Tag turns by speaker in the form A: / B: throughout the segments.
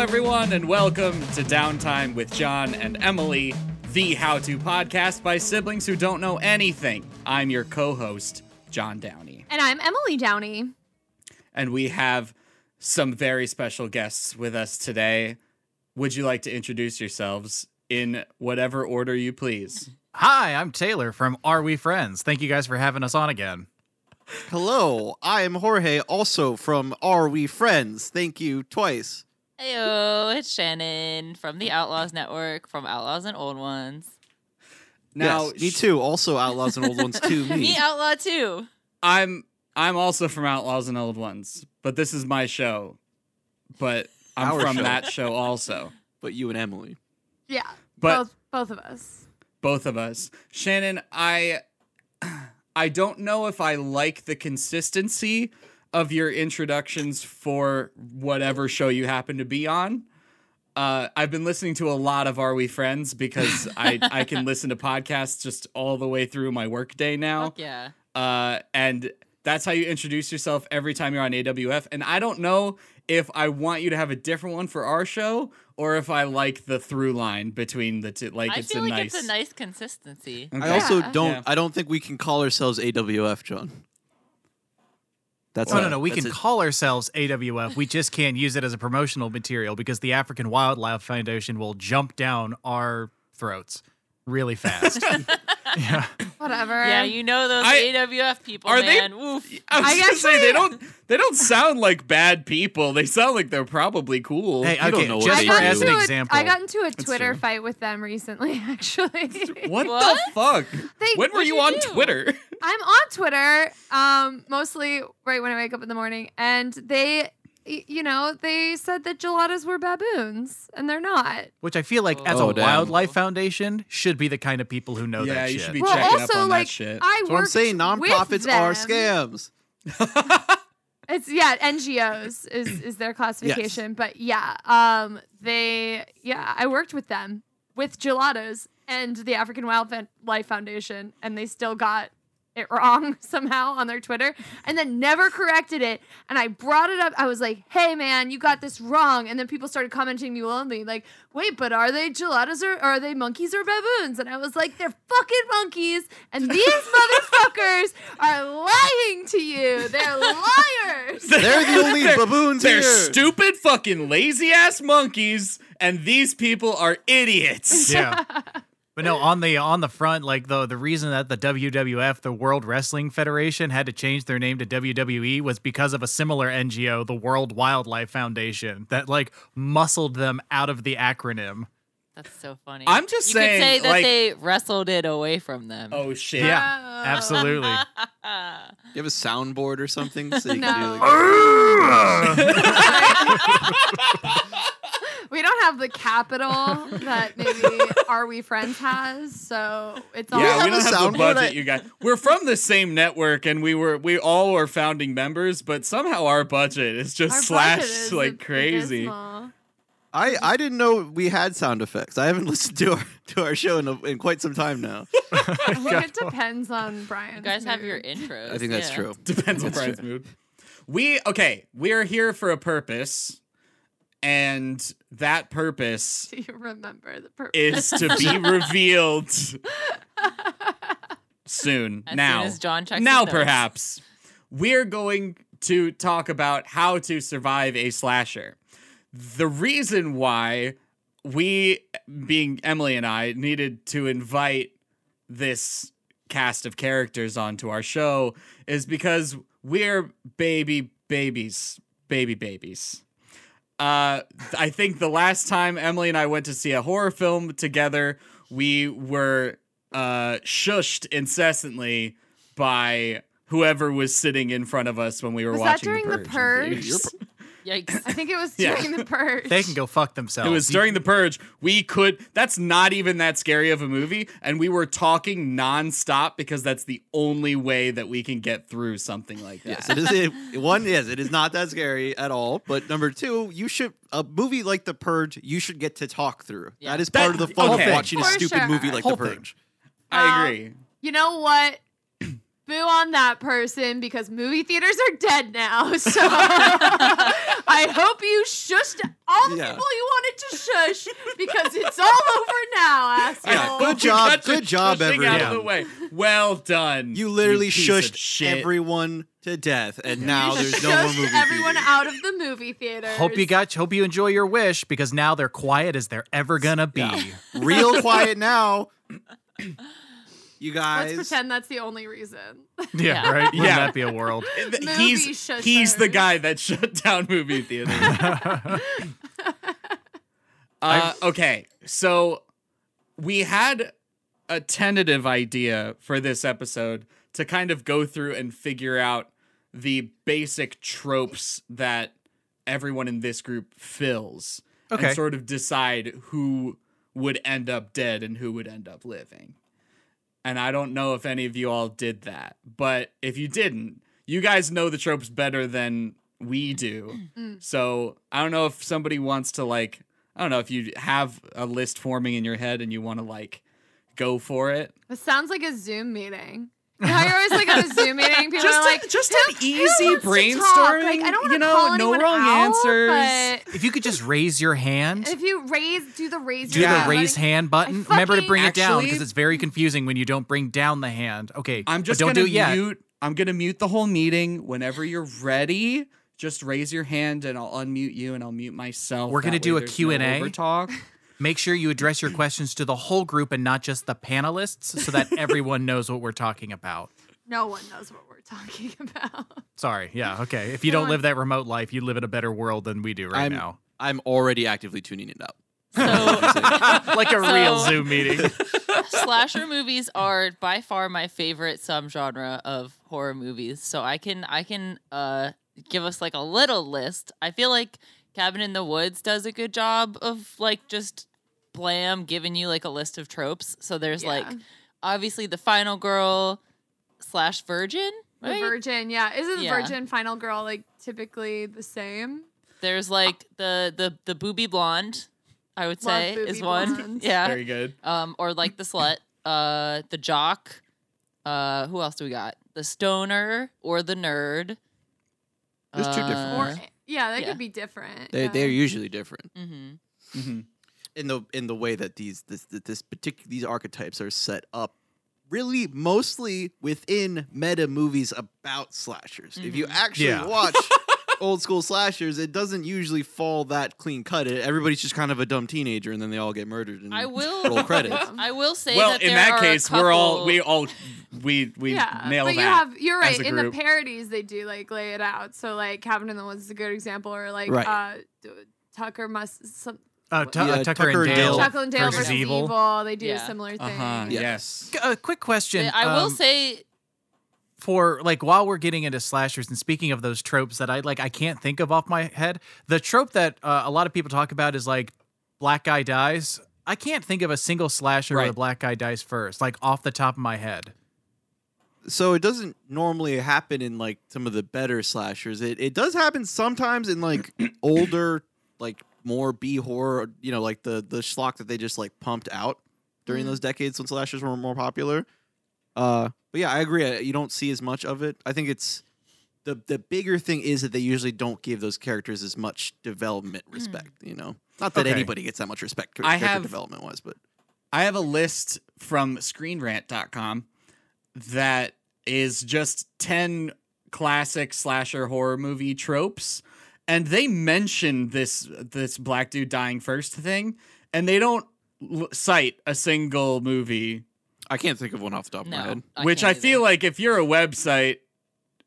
A: everyone, and welcome to Downtime with John and Emily, the how to podcast by siblings who don't know anything. I'm your co host, John Downey,
B: And I'm Emily Downey.
A: and we have some very special guests with us today. Would you like to introduce yourselves in whatever order you please?
C: Hi, I'm Taylor from Are We Friends? Thank you guys for having us on again.
D: Hello, I am Jorge, also from Are We Friends? Thank you twice.
E: Heyo, it's Shannon from the Outlaws Network, from Outlaws and Old Ones.
A: Now,
D: yes, me too. Also, Outlaws and Old Ones too. Me.
E: Me Outlaw too.
A: I'm I'm also from Outlaws and Old Ones, but this is my show. But I'm
D: Our
A: from
D: show.
A: that show also.
D: but you and Emily.
B: Yeah.
A: But
B: both both of us.
A: both of us. Shannon, I I don't know if I like the consistency of your introductions for whatever show you happen to be on. Uh, I've been listening to a lot of Are We Friends because I, I can listen to podcasts just all the way through my workday now.
E: Fuck yeah.
A: Uh, and that's how you introduce yourself every time you're on AWF. And I don't know if I want you to have a different one for our show or if I like the through line between the two. Like,
E: I
A: it's,
E: feel
A: a
E: like
A: nice,
E: it's a nice consistency.
A: Okay.
D: I also
B: Yeah.
D: don't.
A: Yeah.
D: I don't think we can call ourselves AWF, John. That's
C: Oh,
D: not,
C: no, no, we
D: that's
C: can
D: it.
C: call ourselves AWF. We just can't use it as a promotional material because the African Wildlife Foundation will jump down our throats really fast. yeah.
B: Whatever.
E: Yeah, you know those
A: I-
E: AWF people,
A: Are they-
E: man. Woof.
A: I was
B: I
A: gonna say
B: actually-
A: they don't they don't sound like bad people. They sound like they're probably cool.
C: Hey,
D: don't
C: okay,
D: know what
C: just
B: I
D: they
C: for
B: got,
D: do.
C: as
B: into
C: an
B: a,
C: example.
B: I got into a Twitter
A: true.
B: fight with them recently, actually.
A: what,
E: What?
A: the fuck?
B: They-
A: when were
E: what'd
A: you
E: you
A: on
E: do?
A: Twitter?
B: I'm on Twitter, um, mostly right when I wake up in the morning, and they y- you know, they said that gelatos were baboons, and they're not.
C: which I feel like, as
D: Oh,
C: a
D: damn.
C: wildlife foundation, should be the kind of people who know
A: Yeah,
C: that
A: you
C: shit.
A: should be
B: well,
A: checking up
B: also
A: on that
B: like
A: shit.
B: I
D: That's
B: worked
D: what I'm saying.
B: with
D: Nonprofits are
B: them.
D: scams.
B: It's yeah, NGOs is is their classification, but yeah, um, they yeah, I worked with them with gelatos and the African Wildlife Foundation, and they still got it wrong somehow on their Twitter, and then never corrected it. And I brought it up. I was like, "Hey, man, you got this wrong." And then people started commenting me willingly, like, "Wait, but are they gelatos or are they monkeys or baboons?" And I was like, "They're fucking monkeys, and these motherfuckers are lying to you. They're liars."
D: They're the only
A: They're-
D: baboons
A: They're
D: here.
A: stupid fucking lazy ass monkeys, and these people are idiots.
C: yeah but no on the on the front like the the reason that the WWF the World Wrestling Federation had to change their name to WWE was because of a similar NGO the World Wildlife Foundation that like muscled them out of the acronym
E: That's so funny.
A: I'm just
E: you
A: saying,
E: could say that
A: like-
E: they wrestled it away from them.
A: Oh shit.
C: yeah absolutely
D: You have a soundboard or something, so you can
B: No.
D: do like,
B: We don't have the capital that maybe Are We Friends has, so it's all
A: Yeah,
D: have
A: we don't
D: a
A: have the
D: soundboard?
A: budget,
D: I-
A: you guys. We're from the same network, and we were we all are founding members, but somehow our budget is just
B: our
A: slashed
B: budget is
A: like crazy.
B: abysmal.
D: I I didn't know we had sound effects. I haven't listened to our to our show in, a, in quite some time now.
B: I think it depends on Brian.
E: you guys have your intros.
D: I think that's
E: yeah.
D: true.
A: Depends on Brian's mood. We okay. We are here for a purpose, and that purpose
B: Do you remember the
A: is
B: purpose?
A: to be revealed soon.
E: As
A: now,
E: soon as John checks
A: now
E: his notes.
A: perhaps we're going to talk about how to survive a slasher. The reason why we, being Emily and I, needed to invite this cast of characters onto our show is because we're baby babies, baby babies. Uh, I think the last time Emily and I went to see a horror film together, we were uh, shushed incessantly by whoever was sitting in front of us when we were
B: Was that
A: watching
B: during the
A: the
B: purge?
D: You're
E: Yikes.
B: I think it was
A: Yeah.
B: during the purge.
C: they can go fuck themselves
A: It was
C: You-
A: during the purge. We could. That's not even that scary of a movie, and we were talking nonstop because that's the only way that we can get through something like that.
D: Yes, it is. It, one, yes, it is not that scary at all. But number two, you should a movie like The Purge, you should get to talk through.
E: Yeah.
D: That is
A: That-
D: part of the fun
A: okay.
D: of watching a
B: For
D: stupid
B: sure.
D: movie like
C: Whole
D: The
C: thing.
D: Purge.
A: I agree.
B: You know what? boo on that person because movie theaters are dead now. So I hope you shushed all the
D: Yeah.
B: people you wanted to shush because it's all over now, asshole.
D: Yeah,
A: Oh,
D: good
A: we
D: job,
A: got you
D: good job,
A: shushing out of
C: everyone.
A: the way. Well done.
D: You literally
A: piece of
D: shushed
A: shit.
D: everyone to death, and now
B: You
D: there's no more
B: shushed
D: movie.
B: everyone
D: theaters.
B: out of the movie theater.
C: Hope you got. Hope you enjoy your wish because now they're quiet as they're ever gonna be.
D: Real quiet now. You
B: Let's
D: guys.
B: pretend that's the only reason.
C: Yeah,
E: Yeah.
C: right. Wouldn't
A: Yeah.
C: that be a world?
A: Th-
B: Movie
A: he's
B: shushers.
A: he's the guy that shut down movie theaters. uh, okay, so we had a tentative idea for this episode to kind of go through and figure out the basic tropes that everyone in this group fills,
C: Okay.
A: and sort of decide who would end up dead and who would end up living. And I don't know if any of you all did that, but if you didn't, you guys know the tropes better than we do.
B: Mm.
A: so I don't know if somebody wants to like I don't know if you have a list forming in your head and you want to like go for it.
B: This sounds like a Zoom meeting. You know how you're always like on a Zoom meeting, people
A: Just
B: are
A: a-
B: like,
A: just
B: "Who-
A: an
B: who
A: easy
B: wants to talk?" Like, I
A: brainstorming,
B: don't
A: you
B: wanna
A: know,
B: call
A: no
B: anyone
A: wrong
B: out,
A: answers.
B: but
C: If you could just raise your hand,
B: If you raise, do the raise,
C: do
B: your
A: Yeah.
C: the raise
B: letting-
C: hand button.
B: I
C: Remember to
B: fucking-
C: bring it down
A: Actually-
C: because it's very confusing when you don't bring down the hand. Okay,
A: I'm
C: but
A: just
C: don't
A: gonna
C: do it yet.
A: mute. I'm gonna mute the whole meeting. Whenever you're ready, just raise your hand and I'll unmute you and I'll mute myself.
C: We're gonna
A: That way
C: do a
A: there's no
C: Q&A.
A: overtalk.
C: Make sure you address your questions to the whole group and not just the panelists, so that everyone knows what we're talking about.
B: No one knows what we're talking about.
C: Sorry. Yeah. Okay. If you
B: Come
C: don't
B: on.
C: live that remote life, you live in a better world than we do right
D: I'm-
C: now.
D: I'm already actively tuning it up.
E: So
C: like a real
E: So-
C: Zoom meeting.
E: slasher movies are by far my favorite subgenre of horror movies. So I can I can uh give us like a little list. I feel like Cabin in the Woods does a good job of like just blam giving you like a list of tropes. So there's
B: Yeah.
E: like obviously the final girl slash virgin.
B: The
E: right?
B: virgin, yeah. Isn't
E: Yeah.
B: virgin final girl like typically the same?
E: There's like the the the booby blonde, I would
B: Love
E: say is
B: booby
E: one.
B: blondes.
E: Yeah.
A: Very good.
E: Um or like the slut, uh the jock, uh who else do we got? The stoner or the nerd. Uh,
D: There's two different
B: Or
A: Uh-huh.
D: ones.
B: yeah, that
E: yeah.
B: could be different.
D: They
B: yeah.
D: they're usually different
E: mhm.
A: Mhm.
D: in the in the way that these this this, this particular these archetypes are set up. Really, mostly within meta movies about slashers. If you
E: Mhm.
D: actually
C: Yeah.
D: watch old school slashers, it doesn't usually fall that clean cut. It, everybody's just kind of a dumb teenager, and then they all get murdered. And
E: I will
D: Mm. roll credits.
E: I will say
A: Well,
E: that
A: in
E: there
A: that
E: are a
A: case, we're all
E: couple-
A: we all we we
B: yeah,
A: nail
B: but
A: that.
B: you have you're
A: as
B: right.
A: a
B: In the
A: group.
B: parodies, they do like lay it out. So like Cabin in the Woods is a good example, or like
D: Right.
B: uh, d- Tucker must some
C: Uh, Tu- uh,
D: Yeah,
C: Tucker,
D: Tucker and
C: and
A: Oh,
C: Dale.
D: Dale.
B: Chuckle and Dale
C: versus
B: versus,
C: Evil.
B: evil. They do
E: Yeah.
B: a similar
A: uh
B: thing.
A: huh.
D: Yeah.
A: Yes.
C: A quick question.
E: I will
C: um,
E: say
C: for like while we're getting into slashers and speaking of those tropes that I like, I can't think of off my head. The trope that uh, a lot of people talk about is like black guy dies. I can't think of a single slasher where
A: Right.
C: the black guy dies first, like off the top of my head.
D: so it doesn't normally happen in like some of the better slashers. It it does happen sometimes in like older, like more B horror, you know, like the the schlock that they just like pumped out during
B: Mm.
D: those decades when slashers were more popular. Uh, but yeah, I agree. I- You don't see as much of it. I think it's the the bigger thing is that they usually don't give those characters as much development respect. You know, not that
C: Okay.
D: anybody gets that much respect
A: I
D: character
A: have-
D: development wise, but
A: I have a list from screenrant.com that is just 10 classic slasher horror movie tropes and they mention this this black dude dying first thing and they don't l- cite a single movie
D: I can't think of one off the top of my
E: no,
D: head.
A: which I
E: can't
A: feel
E: either.
A: like if you're a website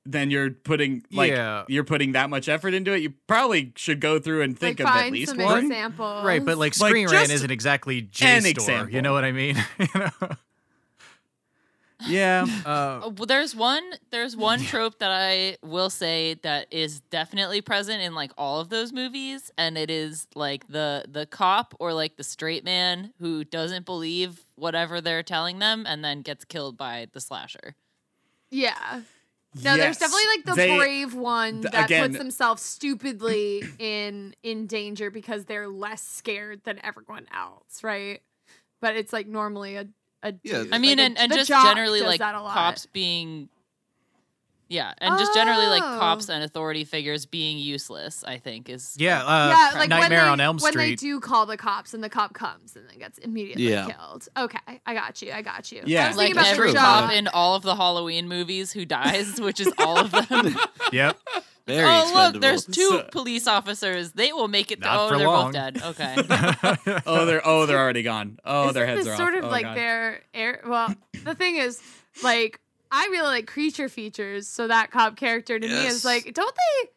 A: then you're putting like
C: Yeah.
A: you're putting that much effort into it you probably should go through and
B: Like
A: think of at
B: find
A: least
B: some
A: one
B: examples.
C: Right, but like
A: Like,
C: Screen Rant
A: just
C: isn't exactly
A: an
C: JSTOR. You
A: example.
C: know what I mean? you know?
A: yeah
E: Uh, well, there's one there's one trope that I will say that is definitely present in like all of those movies and it is like the the cop or like the straight man who doesn't believe whatever they're telling them and then gets killed by the slasher.
B: yeah. No,
A: Yes.
B: there's definitely like the
A: They-
B: brave one
A: th-
B: that
A: again-
B: puts themselves stupidly in in danger because they're less scared than everyone else, right? But it's like normally a a
D: Yeah,
B: dude.
E: I
B: Like,
E: mean
B: a-
E: and, and
B: the
E: just
B: jock
E: generally
B: does
E: like
B: that a lot.
E: cops being Yeah, and just generally like
B: Oh.
E: cops and authority figures being useless, I think is
C: Yeah, uh,
B: yeah, like
C: Nightmare
B: when they,
C: on Elm Street.
B: When they do call the cops and the cop comes and then gets immediately
D: Yeah.
B: killed. Okay, I got you. I got you.
A: Yeah.
B: I was
E: like
B: thinking about
E: every
B: the
D: true.
E: cop
B: job.
E: in all of the Halloween movies who dies, which is all of them.
C: yep.
D: Very
E: oh look,
D: expendable.
E: there's two
A: So-
E: police officers. They will make it.
C: Not
E: oh,
C: for
E: they're
C: long.
E: both dead. Okay.
A: Oh, they're oh, they're already gone. Oh,
B: Isn't
A: their heads
B: this
A: are
B: sort
A: off.
B: of
A: Oh,
B: like
A: God.
B: their air. Well, the thing is, like, I really like creature features, so that cop character to me
D: Yes.
B: is like, don't they?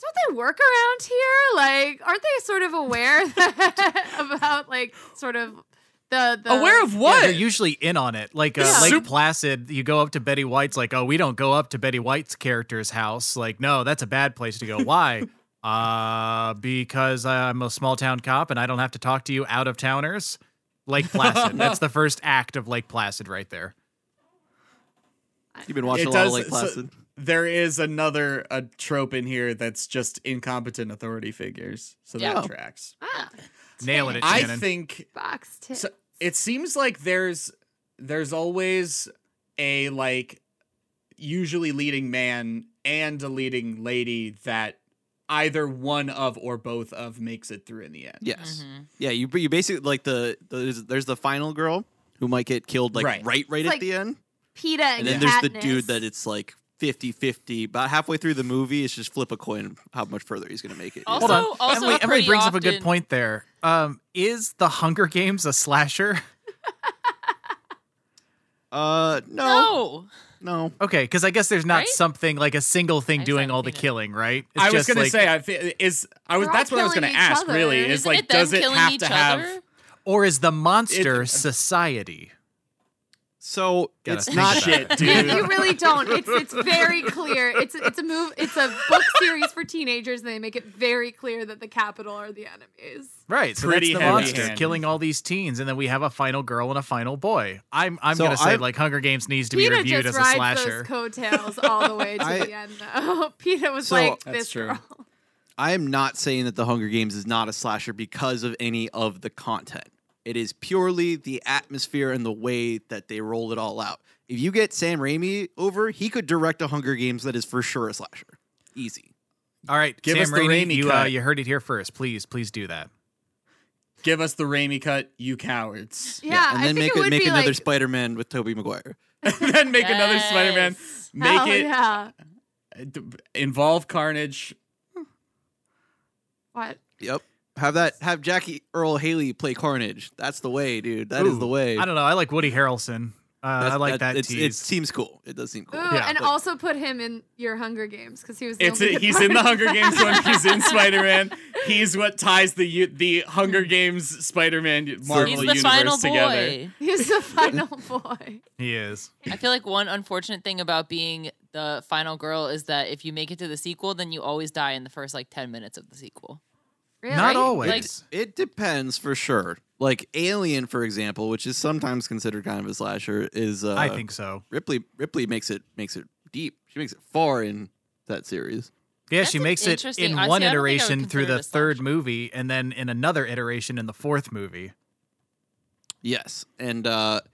B: Don't they work around here? Like, aren't they sort of aware about like sort of the, the
A: aware Oh, of
C: Yeah,
A: what?
C: they're usually in on it. Like uh,
B: Yeah.
C: Lake
A: Sup-
C: Placid, you go up to Betty White's, like, oh, we don't go up to Betty White's character's house. Like, no, that's a bad place to go. Why? uh, because I'm a small town cop and I don't have to talk to you out of towners. Lake Placid. that's the first act of Lake Placid right there.
D: You've been watching
A: It
D: a lot
A: does-
D: of Lake
A: so-
D: Placid.
A: there is another a trope in here that's just incompetent authority figures. So that
D: Yeah.
A: tracks.
B: ah,
C: Nailing it,
A: I
C: Shannon.
A: think
B: box tip.
A: So it seems like there's there's always a like usually leading man and a leading lady that either one of or both of makes it through in the end.
D: Yes.
E: Mhm.
D: Yeah, you you basically like the, the there's, there's the final girl who might get killed like
A: Right.
D: right right,
B: It's
D: at
B: like
D: the end.
B: Peta and,
D: And then there's the
B: Katniss.
D: dude that it's like 50-50. About halfway through the movie, it's just flip a coin how much further he's gonna make it.
E: Also-
C: Hold on.
E: also
C: Emily, Emily
E: pretty
C: brings up a good
E: often-
C: point there. Um, is the Hunger Games a slasher?
D: Uh no.
E: No.
D: No.
C: Okay, because I guess there's not
E: Right?
C: something like a single
E: I
C: thing
E: just
C: doing
E: haven't
C: all the
E: seen it.
C: killing, right? It's
A: I was
C: just
A: gonna
C: like-
A: say I fe- is I was
B: They're all
A: that's what I was
B: killing
A: gonna
B: each
A: ask
B: other.
A: really is
E: Isn't
A: like
E: it them
A: does it
E: killing
A: have
E: each
A: to have
E: other?
C: or is the monster
A: It-
C: society?
D: So
C: Gotta
D: it's
C: think
D: not
C: about
A: shit,
C: it.
B: You-
A: dude.
B: you really don't. It's it's very clear. It's it's a move. It's a book series for teenagers, and they make it very clear that the capital are the enemies.
C: Right, so
A: Pretty
C: that's the
A: heavy
C: monster
A: handed.
C: killing all these teens, and then we have a final girl and a final boy. I'm I'm
D: So
C: gonna say
D: I-
C: like Hunger Games needs to be
B: Peta
C: reviewed
B: just
C: as a
B: rides
C: slasher.
B: those coattails all the way to
D: I-
B: the end, though. Peta was
D: So-
B: like,
A: That's
B: "This
A: true.
B: girl."
D: I am not saying that The Hunger Games is not a slasher because of any of the content. It is purely the atmosphere and the way that they roll it all out. If you get Sam Raimi over, he could direct a Hunger Games that is for sure a slasher. Easy.
C: all right,
A: Give
C: Sam
A: us the
C: Raimi,
A: Raimi
C: you uh,
A: cut.
C: you heard it here first. Please, please do that.
A: give us the Raimi cut, you cowards.
B: Yeah,
D: and
B: I
D: then
B: think
D: make
B: it would
D: make
B: be
D: another
B: like,
D: Spider-Man with Tobey Maguire.
A: then make another
E: Yes.
A: Spider Man. Make
B: hell
A: it uh,
B: yeah.
A: d- involve Carnage.
B: What?
D: Yep. Have that have Jackie Earl Haley play Carnage. That's the way, dude. That is
C: Ooh,
D: the way.
C: I don't know. I like Woody Harrelson. Uh,
D: That's-
C: I like that,
D: it's- It
C: tease.
D: seems cool. It does seem
B: Ooh,
D: cool.
C: Yeah,
B: and
D: but-
B: also put him in your Hunger Games because he was. The
A: It's
B: only
A: a,
B: good
A: he's in the
B: part.
A: Hunger Games one. He's in Spider Man. He's what ties the u- the
B: Mm.
A: Hunger Games Spider Man Marvel
E: He's the
A: universe
E: final
A: together.
E: boy.
B: He's the final boy.
C: he is.
E: I feel like one unfortunate thing about being the final girl is that if you make it to the sequel, then you always die in the first like ten minutes of the sequel.
B: Really?
C: Not always.
D: It depends for sure. Like Alien, for example, which is sometimes considered kind of a slasher, is uh,
C: I think so.
D: Ripley Ripley makes it makes it deep. She makes it far in that series.
C: Yeah,
E: That's
C: she
E: an
C: makes it
E: interesting-
C: in
E: I- see,
C: one
E: I don't think I would
C: iteration
E: consider
C: through
E: it
C: the
E: a
C: third
E: slasher.
C: movie, and then in another iteration in the fourth movie.
D: Yes, and uh, if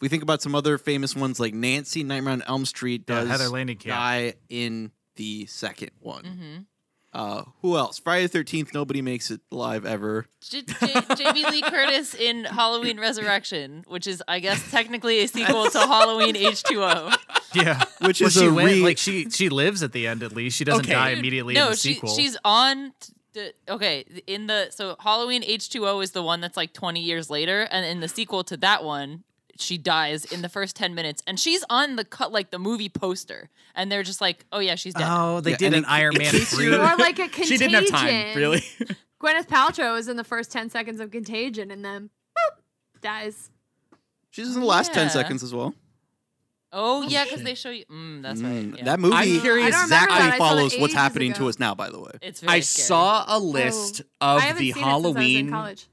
D: we think about some other famous ones like Nancy Nightmare on Elm Street
C: Yeah,
D: does
C: Heather Langenkamp.
D: die in the second one.
E: Mm-hmm.
D: Uh, who else? Friday the Thirteenth. Nobody makes it alive ever.
E: J- J- Jamie Lee Curtis in Halloween Resurrection, which is, I guess, technically a sequel to Halloween H two O.
C: Yeah,
D: Which
C: well,
D: is
C: she
D: a
C: went-
D: re-
C: like she she lives at the end at least. She doesn't
A: Okay.
C: die
E: Dude,
C: immediately
E: No,
C: in the
E: she,
C: sequel.
E: she's on. t- the- okay, in the so Halloween H two O is the one that's like twenty years later, and in the sequel to that one, she dies in the first ten minutes, and she's on the cut like the movie poster, and they're just like, oh yeah, she's dead.
C: Oh, they
D: Yeah,
C: did
D: and
C: an
D: it-
C: Iron
D: it
C: Man
D: keeps
C: three.
D: you-
B: Or like a contagion.
A: She didn't have time, really.
B: Gwyneth Paltrow is in the first 10 seconds of Contagion and then boop, dies.
D: She's in the last ten
E: Yeah.
D: seconds as well.
E: Oh, yeah, because
A: shit.
E: they show you. Mm, that's
D: Mm,
E: right. Yeah.
D: That movie
A: I'm curious- I don't
B: remember that. I saw
D: exactly
B: it
D: follows what's
B: ages
D: happening
B: ago.
D: to us now. By the way.
E: it's very
A: I
E: scary.
A: saw a list
B: Oh, I
A: of
B: haven't
A: the
B: seen it since I was in
A: Halloween
B: college.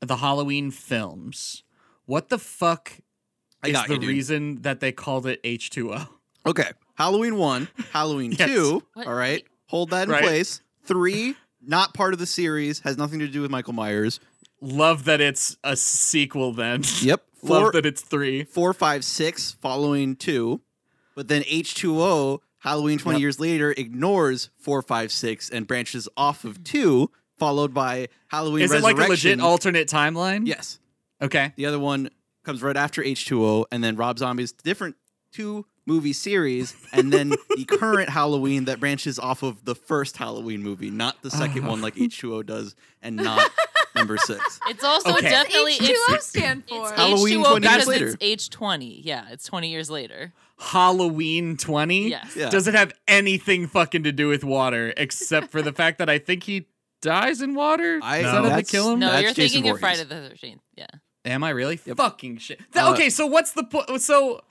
A: the Halloween films. What the fuck
D: I
A: is
D: got
A: the
D: you, dude.
A: reason that they called it H two O?
D: Okay. Halloween one, Halloween
A: Yes.
D: two.
E: What?
D: All right. Hold that in
A: Right.
D: place. Three, not part of the series, has nothing to do with Michael Myers.
A: Love that it's a sequel then.
D: Yep.
A: Love
D: Four,
A: that it's three.
D: four, five, six, following two. But then H2O, Halloween 20 years later, ignores 456 and branches off of 2, followed by Halloween
A: Is it like
D: Resurrection.
A: a legit alternate timeline?
D: Yes.
A: Okay.
D: The other one comes right after H2O, and then Rob Zombie's different two movie series, and then the current Halloween that branches off of the first Halloween movie, not the second one
A: Uh.
D: like H2O does, and not number six.
E: It's also
A: Okay.
E: definitely
B: H2O
E: it's,
B: stand for?
E: it's
D: Halloween
E: H2O
D: 20 years
E: because
D: later.
E: it's age 20. Yeah, it's 20 years later.
A: Halloween 20
E: Yes.
D: Yeah.
A: doesn't have anything fucking to do with water except for the fact that I think he dies in water.
D: I-
A: Is
C: No.
A: that how they
D: That's-
A: kill him?
E: No,
D: That's
E: you're
D: Jason
E: thinking of
D: Voorhees.
E: Friday the 13th. Yeah.
A: Am I really?
D: Yep.
A: Fucking shit. Th-
D: Uh,
A: okay, so what's the point? So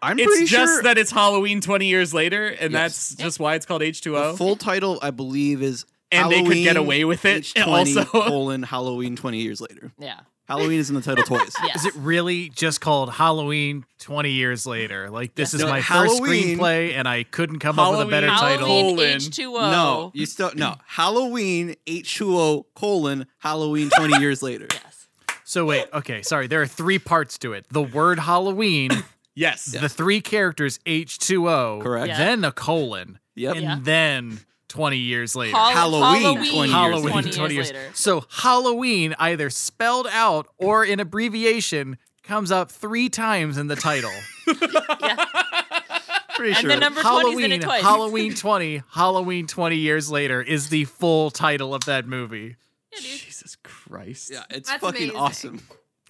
D: I'm
A: it's
D: pretty
A: just
D: sure
A: that it's Halloween 20 years later, and
D: Yes.
A: that's just why it's called
D: the
A: H2O.
D: full title, I believe, is
A: and they could get
D: Halloween
A: away with it.
D: H20
A: also,
D: colon Halloween 20 years later.
E: Yeah.
D: Halloween is in the title twice.
E: Yes.
C: Is it really just called Halloween 20 years later? Like, this
D: Yeah.
C: is
D: No,
C: my first
D: Halloween-
C: screenplay, and I couldn't come up with a better
A: Halloween-
C: title.
E: Halloween
A: Colon.
E: H2O.
D: No, you still no Halloween H2O colon Halloween 20 years later.
E: Yes.
C: So, wait, okay, sorry. There are three parts to it the word Halloween,
A: yes.
C: the three characters H2O,
D: Correct.
E: Yeah.
C: then a colon,
D: Yep.
C: and
E: Yeah.
C: then 20 years later.
E: Hol-
D: Halloween 20 years
C: Halloween
E: 20 years,
C: 20 years.
E: later.
C: So Halloween, either spelled out or in abbreviation, comes up three times in the title.
E: Yeah.
D: Pretty
E: And
D: sure.
E: the number 20 is in
C: Halloween,
E: it twice.
C: Halloween 20, Halloween 20 years later is the full title of that movie.
A: Jesus Christ.
D: yeah, it's
B: That's
D: fucking
B: amazing.
D: awesome.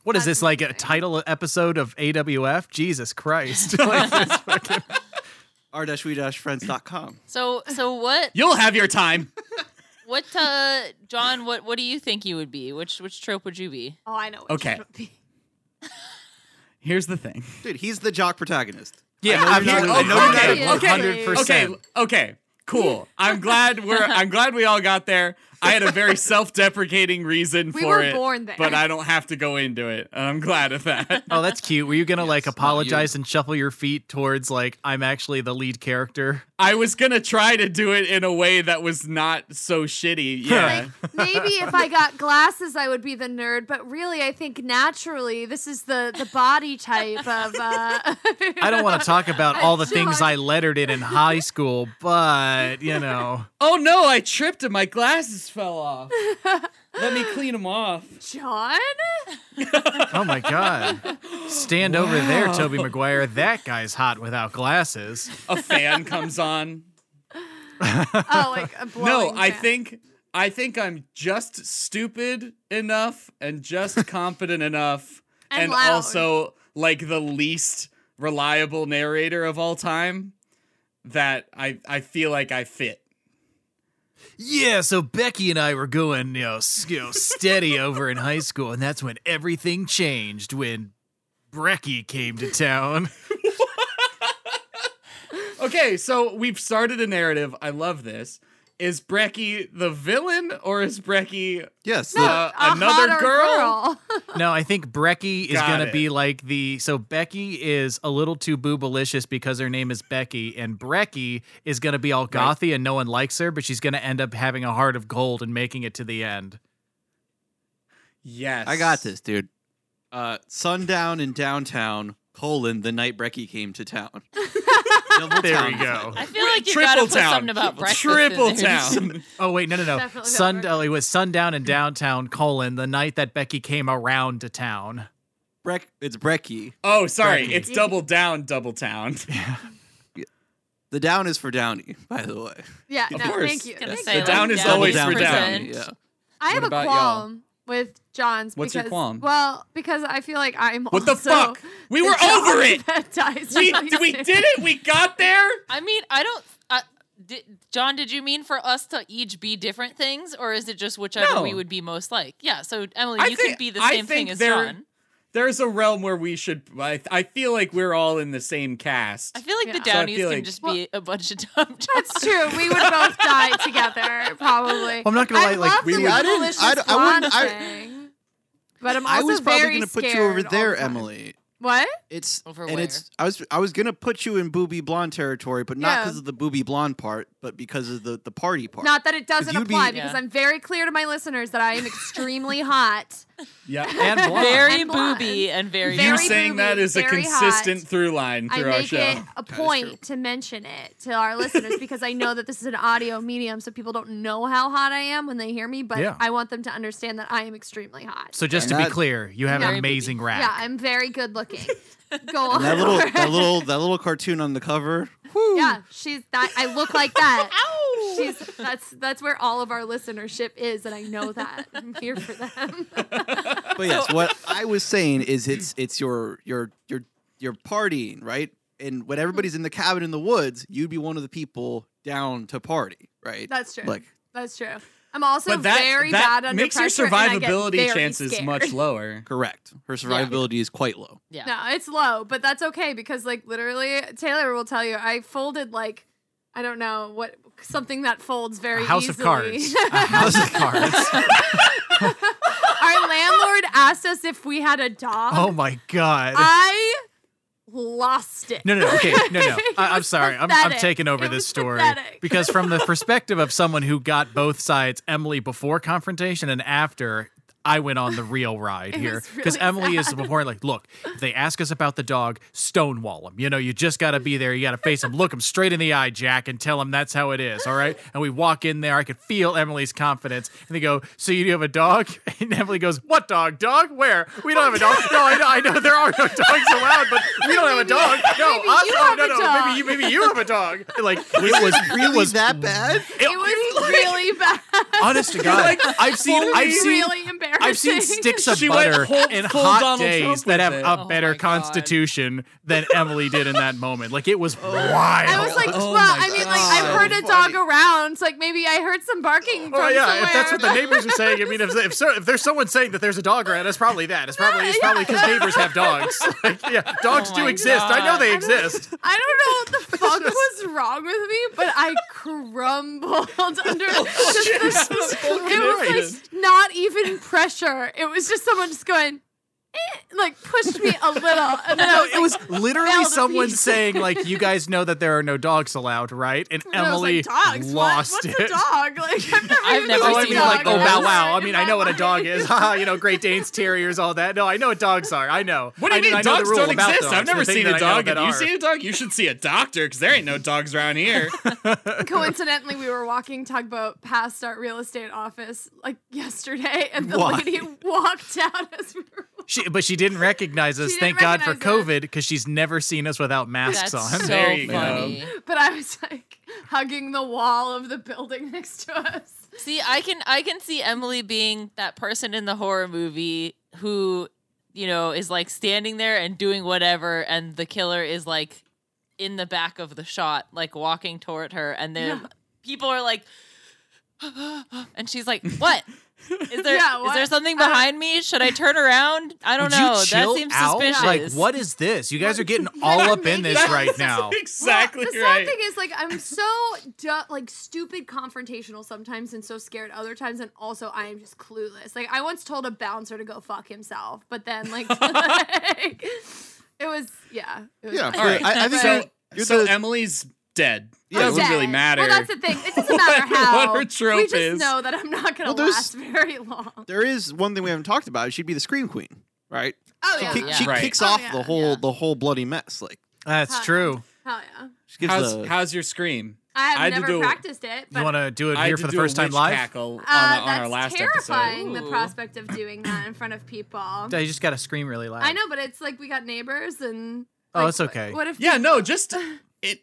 C: What is
B: That's
C: this like a
B: amazing.
C: title episode of AWF? Jesus Christ. Like, it's fucking-
D: r we friends.com.
E: So so what
A: You'll have your time.
E: what uh John what what do you think you would be? Which which trope would you be?
B: Oh, I know. What
A: Okay.
B: should be.
A: Here's the thing.
D: Dude, he's the jock protagonist.
C: yeah,
D: I know you're not- Oh, I know you're not-
A: okay, okay,
C: 100%.
A: Okay, okay, cool. I'm glad we're. I'm glad we all got there. I had a very self-deprecating reason
B: We
A: for
B: were
A: it,
B: born there.
A: but I don't have to go into it. And I'm glad of that.
C: Oh, that's cute. Were you gonna like
D: not you.
C: apologize and shuffle your feet towards like I'm actually the lead character?
A: I was gonna try to do it in a way that was not so shitty. Yeah.
B: Like maybe if I got glasses, I would be the nerd. But really, I think naturally, this is the the body type of. Uh,
C: I don't want to talk about all the
B: I'm
C: things
B: sorry.
C: I lettered in in high school, but you know,
A: oh no! I tripped and my glasses fell off. Let me clean them off.
B: John.
C: oh my god, stand over there, Toby Maguire. That guy's hot without glasses.
A: A fan comes on.
B: Oh, like a
A: No,
B: blowing
A: I
B: fan.
A: think I think I'm just stupid enough and just competent enough
B: And
A: and
B: loud.
A: also like the least reliable narrator of all time that I I feel like I fit.
C: Yeah, so Becky and I were going, you know, s- you know, steady over in high school, and that's when everything changed when Brecky came to town.
A: Okay, so we've started a narrative. I love this. Is Brecky the villain or is Brecky
D: Yes.
A: No.
D: the-
A: Uh,
B: A
A: another
B: hotter
A: girl?
C: No, I think Brecky is
A: Got
C: going
A: it.
C: to be like the. So Becky is a little too boobalicious because her name is Becky, and Brecky is going to be all
A: Right.
C: gothy and no one likes her, but she's going to end up having a heart of gold and making it to the end.
A: Yes.
D: I got this, dude. Uh, sundown in downtown colon the night Brecky came to town. Double
C: There
D: town
C: we go.
E: I feel like you gotta
A: Triple
E: put
A: town.
E: something about breakfast.
A: Triple
E: in there.
A: town.
C: Oh wait, no, no, no.
B: Definitely
C: Sun.
B: got
C: Oh, it was sundown in downtown colon the night that Becky came around to town.
D: Breck, it's Brecky.
A: Oh, sorry.
C: Brecky.
A: It's double down, double town.
D: The down is for Downey, by the way.
B: Yeah, no,
A: Of course.
B: thank you.
E: Gonna
B: Thank
E: say,
B: you.
E: like,
A: down is
E: down
A: always
E: is
A: for down.
E: present.
D: Yeah.
B: I have
A: What
B: a
A: about
B: qualm
A: y'all?
B: with John's.
A: What's your
B: because,
A: qualm?
B: Well, because I feel like I'm.
A: What the
B: also
A: fuck? We
B: the
A: were
B: John
A: over it.
B: that dies
A: We
B: really
A: we
B: soon.
A: did it. We got there.
E: I mean, I don't. I, di- John, did you mean for us to each be different things, or is it just whichever
A: No.
E: we would be most like? Yeah. So Emily,
A: I
E: you
A: think-
E: could be the
A: I
E: same thing
A: think
E: as
A: they're-
E: John.
A: there's a realm where we should. I, I feel like we're all in the same cast.
E: I feel like the
B: Yeah.
A: So I
E: Downies
A: feel
E: can
A: like-
E: just
B: Well-
E: be a bunch of dumb Johns.
B: That's true. We would both die together, probably.
C: I'm not gonna lie, like,
B: love
A: we
B: the
A: would- I
D: didn't-
B: malicious
D: I d- I
B: blonde
D: wouldn't- I-
B: thing, but I'm
D: I
B: also
D: was probably
B: very
D: gonna put you
B: scared
D: over
B: all
D: there,
B: the time.
D: Emily.
B: What?
D: It's
E: Over
D: and
E: where?
D: it's I was I was gonna put you in booby blonde territory, but not
B: Yeah.
D: because of the booby blonde part, but because of the the party part.
B: Not that it doesn't
D: you'd be-
B: apply, because
E: Yeah.
B: I'm very clear to my listeners that I am extremely hot.
A: Yeah.
C: And blonde.
E: Very
B: And blonde.
E: booby and very.
A: you
B: Very
A: saying that
B: booby,
A: is a
B: very
A: consistent
B: hot.
A: through line
B: I
A: through our
B: make
A: show.
B: it a
D: true.
B: point to mention it to our listeners because I know that this is an audio medium, so people don't know how hot I am when they hear me, but
C: Yeah.
B: I want them to understand that I am extremely hot.
C: So just
D: And
C: to be
D: that-
C: clear, you have an
E: Very
C: amazing rack.
B: Yeah, I'm very good looking. Go on.
D: And that little that little that little cartoon on the cover. Whew,
B: Yeah, she's that. I look like that. She's that's that's where all of our listenership is, and I know that. I'm here for them.
D: But yes, what I was saying is it's it's your your your your partying, right? And when everybody's in the cabin in the woods, you'd be one of the people down to party, right?
B: That's true.
D: Like
B: that's true. I'm also
A: But that,
B: very
A: that
B: bad under
A: makes your
B: pressure, and I get
A: survivability
B: very
A: chances
B: scared.
A: much lower.
D: correct. Her survivability is quite low.
E: Yeah.
B: No, it's low, but that's okay because like literally Taylor will tell you I folded like I don't know what something that folds
C: A
B: very
C: house
B: easily.
C: of cards. A house of cards.
B: Our landlord asked us if we had a dog.
C: oh my god.
B: I lost it.
C: No, no, no, okay, no, no.
B: It
C: I, I'm
B: was
C: sorry. I'm, I'm
B: pathetic.
C: taking over
B: It
C: this
B: was
C: story
B: pathetic.
C: because, from the perspective of someone who got both sides, Emily before confrontation and after, I went on the real ride
B: It
C: here
B: was
C: because
B: really
C: Emily is before like, look, if they ask us about the dog, stonewall them. You know, you just got to be there. You got to face them, look them straight in the eye, Jack, and tell them that's how it is. All right. And we walk in there. I could feel Emily's confidence, and they go, "So you do have a dog?" And Emily goes, "What dog? Dog? Where? We don't have a dog. No, I know, I know. There are no dogs allowed, but we don't have a dog. No,
B: maybe
C: us.
B: you
C: Oh,
B: have
C: no,
B: a
C: no.
B: dog."
C: Maybe you. Maybe you have a dog. Like it was.
D: Really
C: it was
D: that bad?
B: It was really bad.
C: Honest to God, I've seen. I've
B: It's
C: seen.
B: really embarrassing.
C: I've seen sticks of
A: She went
C: butter
A: whole-
C: in
A: full
C: hot
A: Donald Trump
C: days that
A: with
C: have
A: it.
C: a
E: Oh
C: better
E: my God.
C: constitution than Emily did in that moment. Like it was wild.
B: I was like,
A: Oh
B: well,
A: my
B: I mean,
A: God.
B: like I've heard a
D: So
B: dog
D: funny.
B: around, so like maybe I heard some barking from
C: Oh yeah,
B: somewhere.
C: if that's what the neighbors are saying, I mean, if if, so, if there's someone saying that there's a dog around, it's probably that. It's probably it's probably because neighbors have dogs. Like, yeah, dogs
E: Oh
C: do
E: my
C: exist. I know
E: God.
C: they exist.
B: I don't know what the fuck was wrong with me, but I crumbled under.
C: Oh,
B: just the- it was like not even pressure. It was just someone just going, eh, like pushed me a little, and then I was
C: it was literally
B: fell to
C: someone
B: pieces.
C: saying like, "You guys know that there are no dogs allowed, right?" And
B: And I was
C: Emily
B: like, dogs, what?
C: lost
B: What's
C: it.
B: a dog? Like I've never,
E: I've
B: even
E: never
C: Oh,
B: seen
C: I
E: seen
C: mean,
B: a dog
C: like, oh,
E: dogs.
C: bow wow. I
B: in
C: mean,
B: my
C: I know what a
B: life.
C: dog is. Haha, you know, Great Danes, Terriers, all that. No, I know what dogs are. I know.
A: What do
C: I
A: you mean
C: I know the
A: dogs
C: rule
A: don't
C: about
A: exist?
C: dogs,
A: I've
C: the
A: never
C: thing
A: seen
C: that
A: a
C: I know
A: dog. If
C: that
A: you
C: are.
A: see a dog, you should see a doctor because there ain't no dogs around here.
B: Coincidentally, we were walking tugboat past our real estate office like yesterday, and the
D: Why?
B: lady walked out as we were.
C: She, but she didn't recognize us.
B: didn't
C: Thank God for
B: recognize us.
C: COVID, because she's never seen us without masks
E: That's
C: on.
E: so
A: There you go.
E: funny.
B: But I was like hugging the wall of the building next to us.
E: See, I can I can see Emily being that person in the horror movie who, you know, is like standing there and doing whatever and the killer is like in the back of the shot, like walking toward her and then
B: Yeah.
E: people are like and she's like, "What? Is there is
B: Yeah, what?
E: there something
B: I don't-
E: behind me? Should I turn around? I don't
C: Would you
E: know. That
C: chill
E: seems
C: out? Like,
E: suspicious."
C: what is this? You guys are getting all up in this
B: That's
C: right now.
A: exactly
B: Well, the
A: right.
B: sad thing is, like, I'm so du- like stupid confrontational sometimes, and so scared other times, and also I am just clueless. Like, I once told a bouncer to go fuck himself, but then like, like, it was yeah, it was
D: Yeah,
B: bad.
D: for- I, I think
A: so,
D: you're
A: so
D: the-
A: Emily's dead.
D: Yeah,
A: doesn't
B: Oh, Dead.
A: really matter.
B: Well, that's the thing. It doesn't
A: What-
B: matter how.
A: what her trope
B: we just
A: is.
B: know that I'm not gonna
D: Well, there's-
B: last very long.
D: there is one thing we haven't talked about. She'd be the scream queen, right?
B: Oh
E: She
B: yeah,
D: Kick-
E: yeah.
D: She
A: Right.
D: kicks
B: Oh,
D: off
B: yeah,
D: the whole
E: yeah.
D: the whole bloody mess. Like
C: That's true.
B: hell yeah.
D: she gives
A: how's,
D: the
A: how's your scream?
B: I have
A: I had to
B: never
A: do a-
B: practiced it, but
C: You want to do it
A: I
C: here
A: had
C: for
A: to
C: the
A: do a
C: first time
A: witch
C: live?
A: cackle on,
B: uh,
A: the- on
B: that's
A: our last episode.
B: terrifying. The
E: Ooh.
B: prospect of doing that in front of people.
C: Yeah, you just got to scream really loud.
B: I know, but it's like we got neighbors and.
C: Oh,
B: like,
C: it's okay.
B: What if?
A: Yeah, no, just it,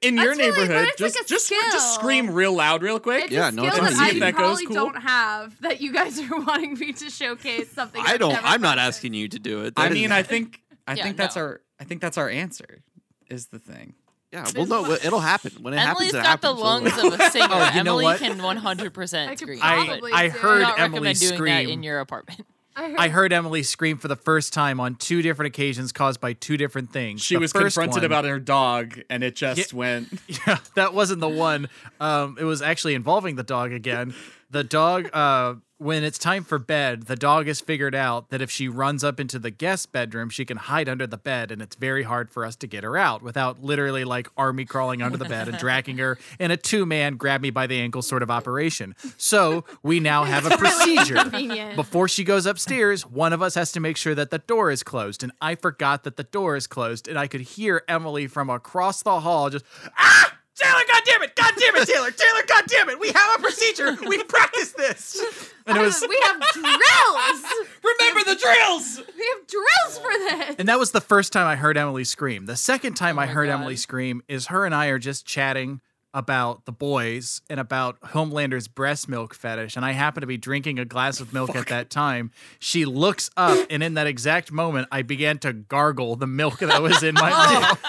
A: in your
B: That's really- but
A: neighborhood,
B: it's like
A: just
B: a
A: just just
B: skill.
A: scream real loud, real quick.
B: It's
D: Yeah,
B: a
D: no,
B: skill
D: it's
B: that
D: amazing.
B: I
D: If
A: goes
D: that
B: probably
A: cool.
B: don't have that you guys are wanting me to showcase something.
D: I
B: I've
D: don't.
B: never
D: I'm not
B: practiced.
D: asking you to do it.
A: I
D: That is-
A: mean, I think I
E: Yeah,
A: think that's
E: no.
A: our I think that's our answer. Is the thing.
D: Yeah, well, no, it'll happen when it happens. it
E: Emily's got
D: happens.
E: the
D: So-
E: lungs of a singer.
C: Oh, you know
E: Emily
C: what?
E: can 100%
B: I could
E: scream.
C: I,
B: Probably
C: I
B: do.
E: I would
C: heard
E: not
C: Emily
E: recommend doing that
C: scream.
E: in your apartment.
B: I heard,
C: I heard Emily scream for the first time on two different occasions caused by two different things.
A: She
C: The
A: was
C: first
A: confronted
C: one-
A: about her dog, and it just went.
C: Yeah, that wasn't the one. Um, it was actually involving the dog again. The dog uh, when it's time for bed, the dog has figured out that if she runs up into the guest bedroom, she can hide under the bed, and it's very hard for us to get her out without literally like army crawling under the bed and dragging her in a two man grab me by the ankle sort of operation. So we now have a procedure.
B: Convenient.
C: Before she goes upstairs, one of us has to make sure that the door is closed. And I forgot that the door is closed, and I could hear Emily from across the hall just, ah! Taylor, God damn it! God damn it, Taylor! Taylor, God damn it! We have a procedure. We practice this. And it was,
B: we have drills.
A: Remember the drills.
B: We have drills for this.
C: and that was the first time I heard Emily scream. The second time
E: Oh
C: I
E: my
C: heard
E: God.
C: Emily scream is her and I are just chatting about the boys and about Homelander's breast milk fetish. And I happen to be drinking a glass of milk at that time. She looks up, and in that exact moment, I began to gargle the milk that was in my mouth.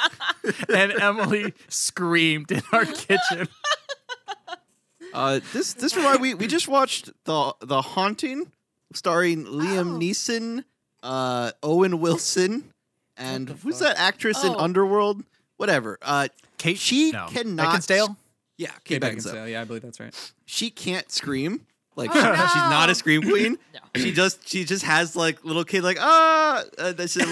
E: Oh.
C: and Emily screamed in our kitchen.
D: Uh, this this reminds we we just watched the the haunting, starring Liam
B: Oh.
D: Neeson, uh, Owen Wilson, and
A: What the
D: who's
A: fuck?
D: that actress in
E: Oh.
D: Underworld? Whatever. Uh,
C: Kate,
D: She
C: no.
D: cannot-
C: Beckinsale?
D: yeah,
A: Kate
D: Kate Beckinsale.
A: Beckinsale. Yeah, I believe that's right.
D: She can't scream. Like
B: Oh,
D: she- she's not
B: no.
D: a scream queen.
E: No.
D: She just she just has like little kid like ah. Uh, this is,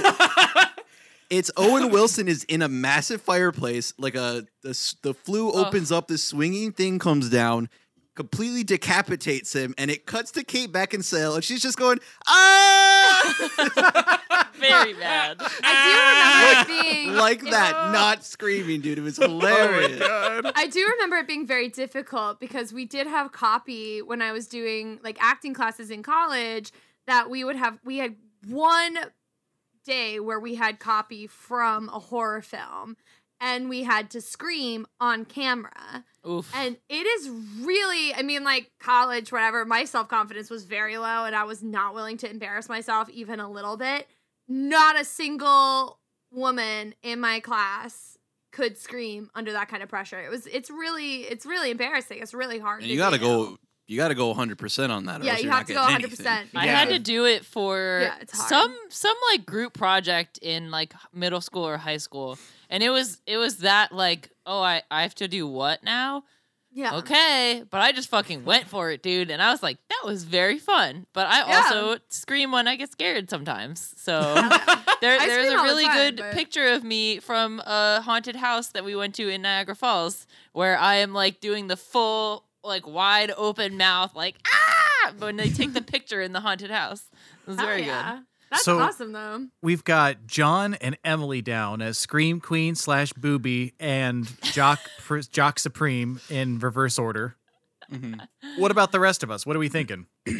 D: it's Owen Wilson is in a massive fireplace. Like a the s- the flue
E: Ugh.
D: opens up, this swinging thing comes down, completely decapitates him, and it cuts to Kate Beckinsale, and she's just going ah
E: Very bad.
B: I do remember it being
D: like
B: it-
D: that, not screaming, dude. It was
B: Oh
D: hilarious.
B: I do remember it being very difficult because we did have copy when I was doing like acting classes in college that we would have we had one day where we had copy from a horror film and we had to scream on camera.
E: Oof.
B: And it is really, I mean, like college, whatever, my self confidence was very low and I was not willing to embarrass myself even a little bit. Not a single woman in my class could scream under that kind of pressure. It was, it's really, it's really embarrassing. It's really hard.
D: And
B: to
D: you gotta
B: do.
D: go. You gotta go 100 percent on that. or
B: Yeah,
D: else
B: you
D: you're
B: have
D: not
B: to go
D: getting
B: 100%.
D: anything.
E: I
A: Yeah.
E: had to do it for
B: Yeah, it's hard.
E: some some like group project in like middle school or high school. And it was it was that like, oh, I, I have to do what now?
B: Yeah.
E: Okay. But I just fucking went for it, dude. And I was like, that was very fun. But I
B: Yeah.
E: also scream when I get scared sometimes. So
B: Okay.
E: there,
B: I
E: there's
B: scream all
E: a
B: the
E: really
B: time,
E: good
B: but-
E: picture of me from a haunted house that we went to in Niagara Falls where I am like doing the full, like wide open mouth, like, ah, when they take the picture in the haunted house. It was
B: Hell
E: very
B: yeah. That's
C: So-
B: awesome though.
C: We've got John and Emily down as Scream Queen slash Booby and Jock Pr- Jock Supreme in reverse order.
A: Mhm.
C: What about the rest of us? What are we thinking?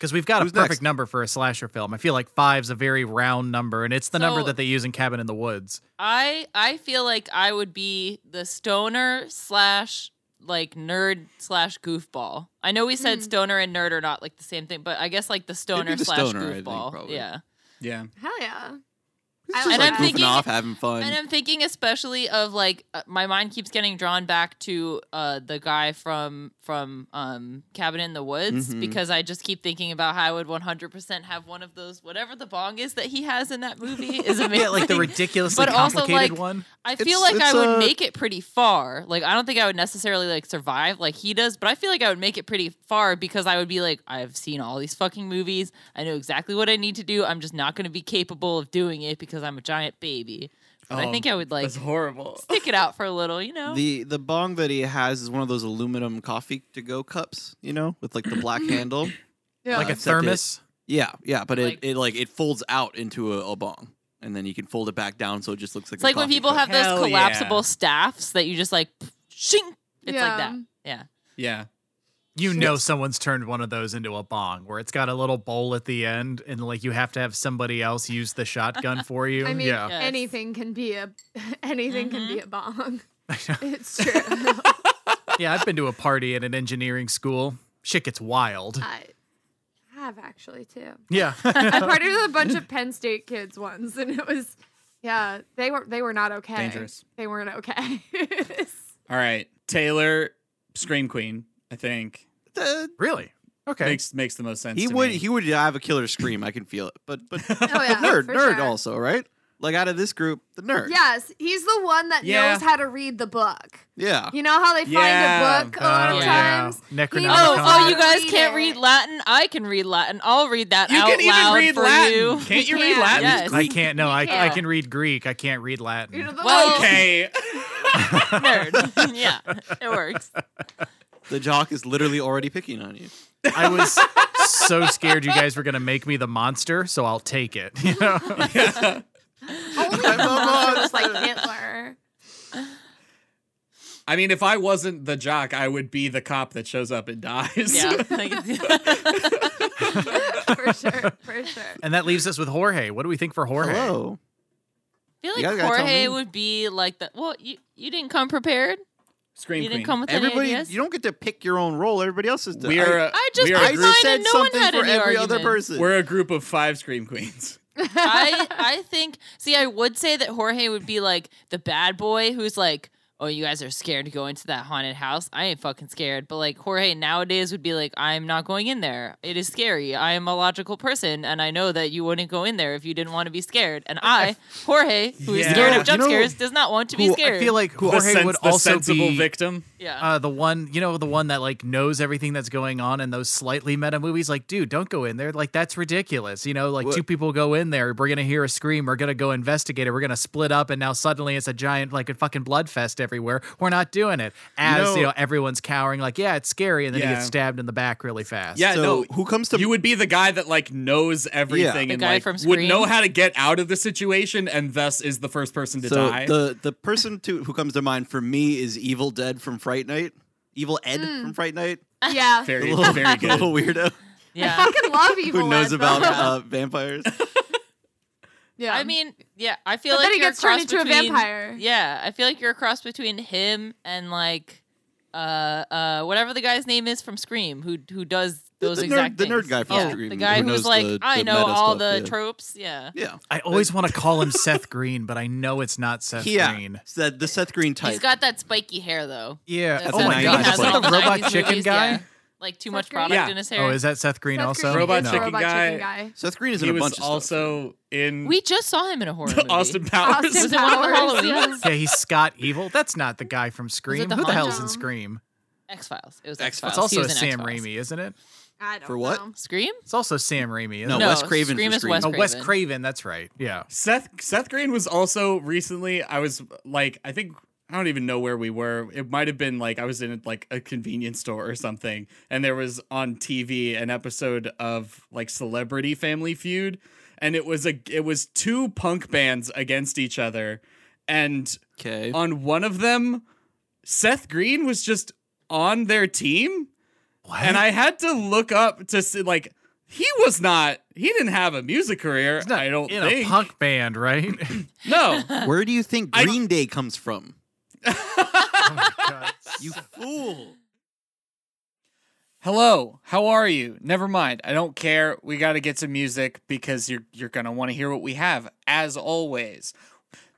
C: Because we've got
D: Who's
C: a perfect
D: next?
C: number for a slasher film. I feel like five's a very round number, and it's the number
E: So-
C: that they use in Cabin in the Woods.
E: I I feel like I would be the stoner slash like nerd slash goofball. I know we said
B: Hmm.
E: stoner and nerd are not like the same thing, but I guess like the stoner
D: the
E: slash
D: stoner, I think,
E: goofball.
D: probably.
E: yeah.
A: Yeah.
B: Hell yeah.
D: It's
B: I
D: just
B: like
D: like
E: that.
D: goofing
E: thinking-
D: off, having fun.
E: And I'm thinking especially of like uh, my mind keeps getting drawn back to uh the guy from from um Cabin in the Woods
D: Mhm.
E: because I just keep thinking about how I would 100% have one of those whatever the bong is that he has in that movie is amazing.
C: Yeah, like the ridiculously
E: But also,
C: complicated
E: like,
C: one.
E: I feel
D: It's-
E: like I
D: it's
E: would
D: a-
E: make it pretty far. Like I don't think I would necessarily like survive like he does, but I feel like I would make it pretty far because I would be like I've seen all these fucking movies. I know exactly what I need to do. I'm just not going to be capable of doing it because I'm a giant baby. But I
A: Oh,
E: think I would like
A: that's horrible.
E: stick it out for a little, you know.
D: The the bong that he has is one of those aluminum coffee to go cups, you know, with like the black handle.
B: Yeah.
C: like a
D: except it-
C: thermos.
D: Yeah, yeah, but
E: Like-
D: it, it like it folds out into a, a bong, and then you can fold it back down so it just looks like.
E: it's
D: a
E: like when
D: coffee
E: people
D: cup.
E: have those
A: Hell yeah.
E: collapsible staffs that you just like shing. It's like that. Yeah.
A: Yeah.
C: You know, someone's turned one of those into a bong where it's got a little bowl at the end, and like you have to have somebody else use the shotgun for you.
B: I mean,
C: yeah.
E: Yes. Mm-hmm.
B: anything can be a anything can be a bong.
C: know.
B: It's true.
C: yeah, I've been to a party at an engineering school. Shit gets wild.
E: Uh,
B: I have actually too.
C: Yeah.
B: I partied with a bunch of Penn State kids once, and it was, yeah, they were they were not okay.
A: Dangerous.
B: They weren't okay.
A: All right. Taylor, Scream Queen. I think
D: Uh,
C: really? Okay.
A: makes makes the most sense.
D: he
A: to
D: would
A: me.
E: Oh.
D: he would have a killer scream. I can feel it, but but
B: yeah,
D: nerd
B: for
D: nerd
B: sure.
D: also right. Like out of this group, the nerd.
F: Yes, he's the one that
A: Yeah.
F: knows how to read the book.
D: Yeah.
F: You know how they find
A: Yeah.
F: a book a lot
C: Oh,
F: of
C: yeah.
F: times.
C: Necronomicon.
F: He knows
E: Oh,
F: how
E: oh,
F: to
E: you guys
F: read
E: can't
F: it.
E: read Latin. I can read Latin. I'll read that
A: You
E: out
A: can even
E: loud
A: read
E: for
A: Latin.
E: you.
A: Can't you read
F: Can't.
A: Latin?
E: Yes.
C: I can't. No, I, I
E: Yeah.
C: can read Greek. I can't read Latin.
F: You know, the
E: Well,
F: one-
A: Okay.
E: Nerd. yeah, it works.
D: The jock is literally already picking on you.
C: I was so scared you guys were gonna make me the monster, so I'll take it. You know?
F: Only the
D: I'm a
F: monster was like
D: monster.
F: Hitler.
A: I mean, if I wasn't the jock, I would be the cop that shows up and dies.
E: Yeah. Like-
F: for sure, for sure.
C: and that leaves us with Jorge. What do we think for Jorge?
D: Hello.
E: I
D: You
E: feel
D: guys
E: like
D: gotta tell me.
E: Jorge would be like the well, you you didn't come prepared.
A: Scream
E: you
A: Queen.
E: didn't come with
D: Everybody,
E: any ideas.
D: you don't get to pick your own role. Everybody else is.
A: we are.
D: I,
A: a-
E: I just
A: we are a
E: picked
D: I
A: group,
E: mine
D: said
E: and no one
D: something
E: had
D: for
E: any
D: every other
E: argument.
D: person.
A: we're a group of five Scream Queens.
E: I I think see I would say that Jorge would be like the bad boy who's like, "Oh, you guys are scared to go into that haunted house. I ain't fucking scared." But like Jorge nowadays would be like, "I'm not going in there. It is scary. I am a logical person and I know that you wouldn't go in there if you didn't want to be scared." And I, Jorge, who is
A: Yeah.
E: scared
D: You
E: of jump
D: know
E: scares, does not want to be
C: Who-
E: scared.
C: I feel like
A: the,
C: Jorge
A: sens-
C: would
A: the
C: also
A: sensible
C: be
A: victim.
E: yeah.
C: uh, the one, you know, the one that like knows everything that's going on in those slightly meta movies. Like, dude, don't go in there. Like, that's ridiculous. You know, like
D: What-
C: two people go in there. We're gonna hear a scream. We're gonna go investigate it. We're gonna split up, and now suddenly it's a giant like a fucking blood fest everywhere. We're not doing it. As you know,
D: know-
C: everyone's cowering. Like, yeah, it's scary, and then he
A: Yeah.
C: gets stabbed in the back really fast.
A: Yeah,
D: so
A: no.
D: who comes to
A: you would be the guy that like knows everything
E: The
A: and
E: guy
A: like
E: from
A: would
E: Scream?
A: know how to get out of the situation, and thus is the first person to
D: so
A: die.
D: the the person to who comes to mind for me is Evil Dead from Fright Night. Evil Ed from Fright Night.
F: Yeah.
D: The
A: very,
D: little,
A: very
D: the
A: good.
D: little weirdo
E: yeah.
F: I fucking love evil.
D: who knows
F: Ed,
D: about
F: though.
D: uh, vampires.
F: yeah.
E: I mean, yeah, I feel
F: but
E: like
F: then he
E: you're
F: gets turned
E: cross
F: into a
E: between-
F: vampire.
E: Yeah, I feel like you're a cross between him and like uh uh whatever the guy's name is from Scream who who does
D: The-
E: those
D: the nerd-
E: exact
D: the nerd
E: things.
D: guy from
E: yeah.
D: Scream
E: the guy
D: who
E: who's
D: knows
E: like
D: the-
E: I
D: the
E: know
D: meta
E: all
D: stuff,
E: the
D: yeah.
E: tropes yeah
D: Yeah,
C: I always want to call him Seth Green, but I know it's not Seth
D: yeah.
C: Green.
D: So the Seth Green type.
E: he's got that spiky hair though
C: Yeah.
E: That
D: Oh
E: Seth
D: my
E: Green
D: God,
E: has
D: that's
E: in
D: like
E: all
D: the
C: Robot
E: 90s
C: Chicken
E: movies,
C: guy?
E: yeah. like too
F: Seth
E: much
F: Green?
E: product
A: Yeah.
E: in his hair
C: Oh, is that Seth Green
F: Seth
C: also?
F: Green
A: Robot
F: is
C: no.
F: a
A: Chicken Guy.
F: Chicken guy.
D: Seth Green is in
A: he
D: a bunch
A: was
D: of stuff.
A: also in
E: we just saw him in a horror
A: the
E: movie
A: Austin Powers.
F: Austin
E: Was it one of the
F: Powers,
E: Halloween?
F: yes.
C: Yeah, he's Scott Evil. That's not the guy from Scream.
E: the
C: Who the hell's in
F: Hunter?
C: Scream?
E: X Files it was X
D: X-Files.
E: Files
C: It's also a Sam Raimi, isn't it?
F: I don't
D: For what?
F: know.
E: Scream
C: It's also Sam Raimi. Isn't
D: No,
C: it?
E: no
D: Wes Craven
E: Scream
D: for
E: is
D: Scream.
E: Wes
C: Oh,
E: Craven
C: Wes Craven. That's right. Yeah.
A: Seth Seth Green was also recently. I was like, I think I don't even know where we were. It might have been like I was in like a convenience store or something, and there was on TV an episode of like Celebrity Family Feud, and it was a it was two punk bands against each other, and
D: Okay.
A: on one of them, Seth Green was just on their team,
C: What?
A: and I had to look up to see like. He was not. He didn't have a music career.
C: not
A: I don't
C: in
A: think.
C: a punk band, right?
A: No,
D: Where do you think
A: I-
D: Green Day comes from?
C: oh my God.
D: You fool.
A: Hello, how are you? Never mind. I don't care. We got to get some music because you're you're going to want to hear what we have as always.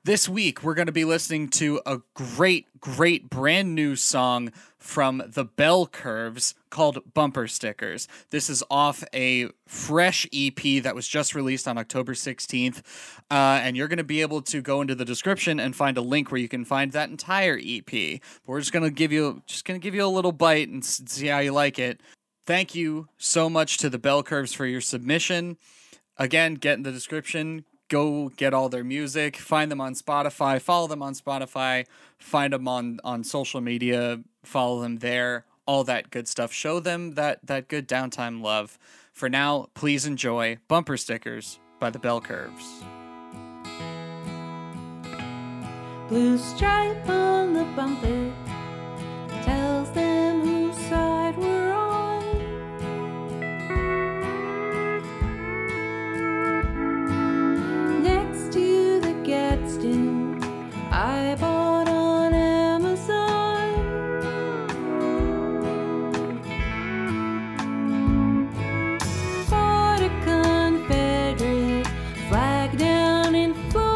A: This week we're going to be listening to a great great brand new song from The Bell Curves called Bumper Stickers. This is off a fresh EP that was just released on October 16th. Uh, and you're going to be able to go into the description and find a link where you can find that entire EP. But we're just going to give you just going to give you a little bite and s- see how you like it. Thank you so much to the Bell Curves for your submission. Again, get in the description. Go get all their music. Find them on Spotify. Follow them on Spotify. Find them on on social media. Follow them there. All that good stuff. Show them that that good downtime love. For now, please enjoy bumper stickers by the Bell Curves.
G: Blue stripe on the bumper tells them whose side we're on. Next to the Gadsden, I bought on Amazon. Bought a Confederate flag down in Florida.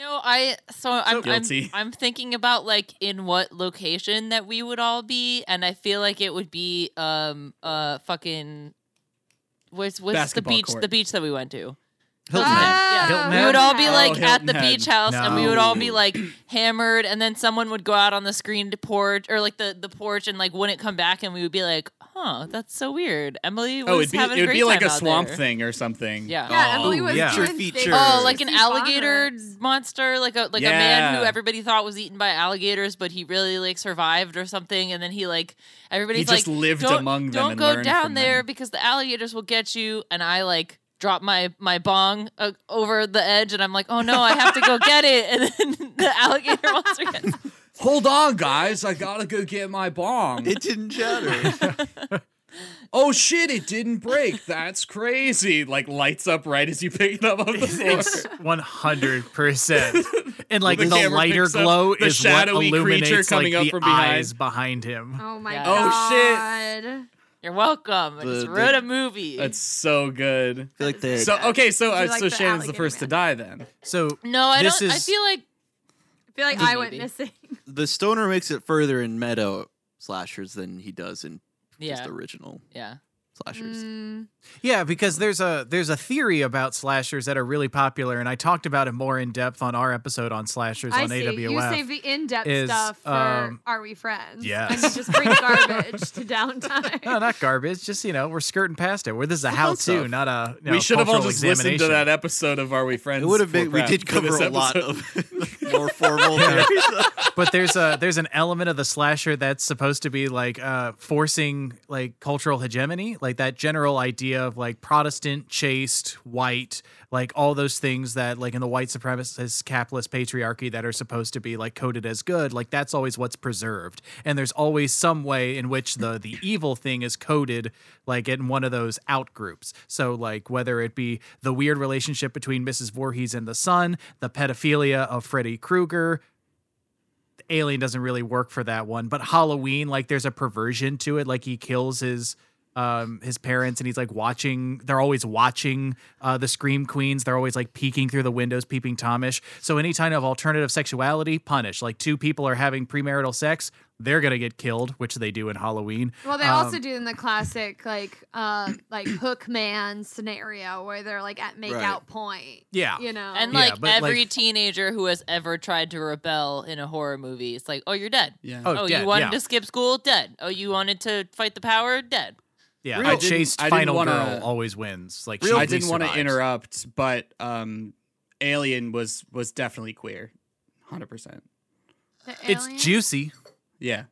E: I so I'm, I'm
A: guilty.
E: I'm thinking about like in what location that we would all be, and I feel like it would be um uh fucking where's where's the
A: Basketball
E: beach
A: court.
E: the beach that we went to.
D: Hilton Head.
E: Yeah.
C: Hilton
E: We would
C: Head?
E: all be
B: Oh,
E: like at
A: Hilton
E: the
A: Head.
E: beach house and we would all be
D: No.
E: like hammered and then someone would go out on the screen to porch or like the, the porch and like wouldn't come back and we would be like, huh, that's so weird. Emily was
A: Oh, it'd be
E: having a
A: it'd
E: great
A: be like
E: time
A: a
E: out
A: swamp
E: there.
A: thing or something.
E: Yeah.
B: Yeah,
D: Oh,
B: Emily was
C: yeah.
B: doing
D: Feature,
B: big-
D: feature.
E: Oh, like an
B: Steve Bonner.
E: alligator monster, like a like a man who
A: Yeah.
E: everybody thought was eaten by alligators, but he really like survived or something, and then he like everybody's
A: He just
E: like
A: lived
E: don't,
A: among them
E: Don't
A: and
E: go
A: learned
E: down
A: from
E: there
A: them."
E: because the alligators will get you. And I like drop my my bong uh, over the edge, and I'm like, oh no, I have to go get it, and then the alligator monster gets.
A: Hold on, guys. I gotta go get my bomb.
D: It didn't shatter.
A: oh shit! It didn't break. That's crazy. Like lights up right as you pick it up on the floor.
C: It's one hundred percent, and like
A: The
C: the,
A: camera
C: lighter
A: picks up
C: glow
A: the
C: is what
A: shadowy creature
C: illuminates
A: coming up
C: like the
A: from behind.
C: eyes behind him.
F: Oh my
E: Yeah.
A: Oh,
F: god.
A: shit.
F: Oh shit.
E: You're welcome.
D: The-
E: I just
D: the-
E: wrote a movie.
A: That's so good.
D: feel like they
A: So okay, so
F: Do
A: uh,
F: you like
A: so
F: the
A: Shannon's the
F: alligator
A: first to
F: man?
A: die then.
C: So
E: no, I
C: This
E: don't. I
C: is-
E: feel like
F: I feel like
E: Maybe.
F: I went missing.
D: the stoner makes it further in meadow slashers than he does in
E: yeah,
D: just original
E: yeah.
D: slashers.
F: Mm,
C: Yeah, because there's a there's a theory about slashers that are really popular, and I talked about it more in depth on our episode on slashers
B: I
C: on
B: see.
C: AWF.
B: You save the in-depth
C: is,
B: stuff for
C: um,
B: Are We Friends? And you
C: yes.
B: just bring garbage to downtime.
C: no, not garbage. Just you know, we're skirting past it. Where this is a
D: It's fun
C: how to,
D: stuff.
C: not a you know,
A: we should have all
C: cultural
A: just listened to
C: examination.
A: that episode of Are We Friends?
D: It would have been.
A: for
D: We
A: prep
D: did
A: for
D: cover
A: this
D: a lot
A: episode.
D: of more formal. theories.
C: but there's a there's an element of the slasher that's supposed to be like uh forcing like cultural hegemony like that general idea of like protestant chaste white like all those things that like in the white supremacist capitalist patriarchy that are supposed to be like coded as good like that's always what's preserved and there's always some way in which the the evil thing is coded like in one of those out groups so like whether it be the weird relationship between Mrs. Voorhees and the son the pedophilia of Freddy Krueger Alien doesn't really work for that one, but Halloween, like there's a perversion to it. Like he kills his um his parents and he's like watching they're always watching uh the scream queens they're always like peeking through the windows peeping tomish so any kind of alternative sexuality punish like two people are having premarital sex they're gonna get killed which they do in halloween
B: Well, they
C: Um,
B: also do in the classic like uh like hook man scenario where they're like at make
D: Right.
B: out point.
C: yeah
B: You know.
E: And
C: Yeah,
E: like
C: but,
E: every
C: like-
E: teenager who has ever tried to rebel in a horror movie, it's like, oh, you're dead.
A: Yeah.
C: Oh,
E: Oh,
C: dead,
E: you wanted
C: yeah.
E: to skip school, dead. Oh, you wanted to fight the power, dead.
C: yeah
A: Real- I
C: a
A: didn't-
C: chaste
A: I didn't
C: final
A: wanna-
C: girl always wins like she
A: I
C: at least
A: didn't want to
C: survives.
A: interrupt, but um, Alien was was definitely queer, hundred percent.
B: The
C: it's
B: alien?
C: juicy
A: Yeah,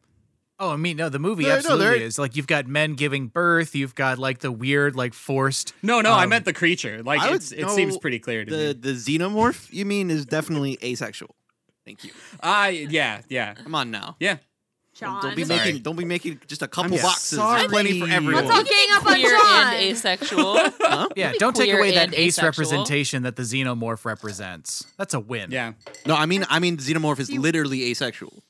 C: Oh, I mean, no, the movie
D: No, no,
C: absolutely
D: there-
C: is. Like, you've got men giving birth. You've got, like, the weird, like, forced.
A: no, no, I
C: Um,
A: meant the creature. Like
D: I would
A: it's, it seems
D: know
A: pretty clear to
D: the
A: me.
D: the xenomorph you mean is definitely asexual. Thank you.
A: I yeah yeah
D: Come on now.
A: yeah.
B: John.
D: Don't be
A: Sorry.
D: making. Don't be making just a couple
A: I'm
D: boxes.
A: sorry.
D: There's plenty for
A: Let's
D: everyone.
B: Let's all gang up on
E: Queer
B: John.
E: and asexual.
D: Huh?
C: Yeah,
E: be
C: don't take
E: queer
C: away
E: and
C: that ace
E: asexual.
C: representation that the xenomorph represents. That's a win.
A: Yeah,
D: No, I mean, I mean, xenomorph is
B: You-
D: literally asexual.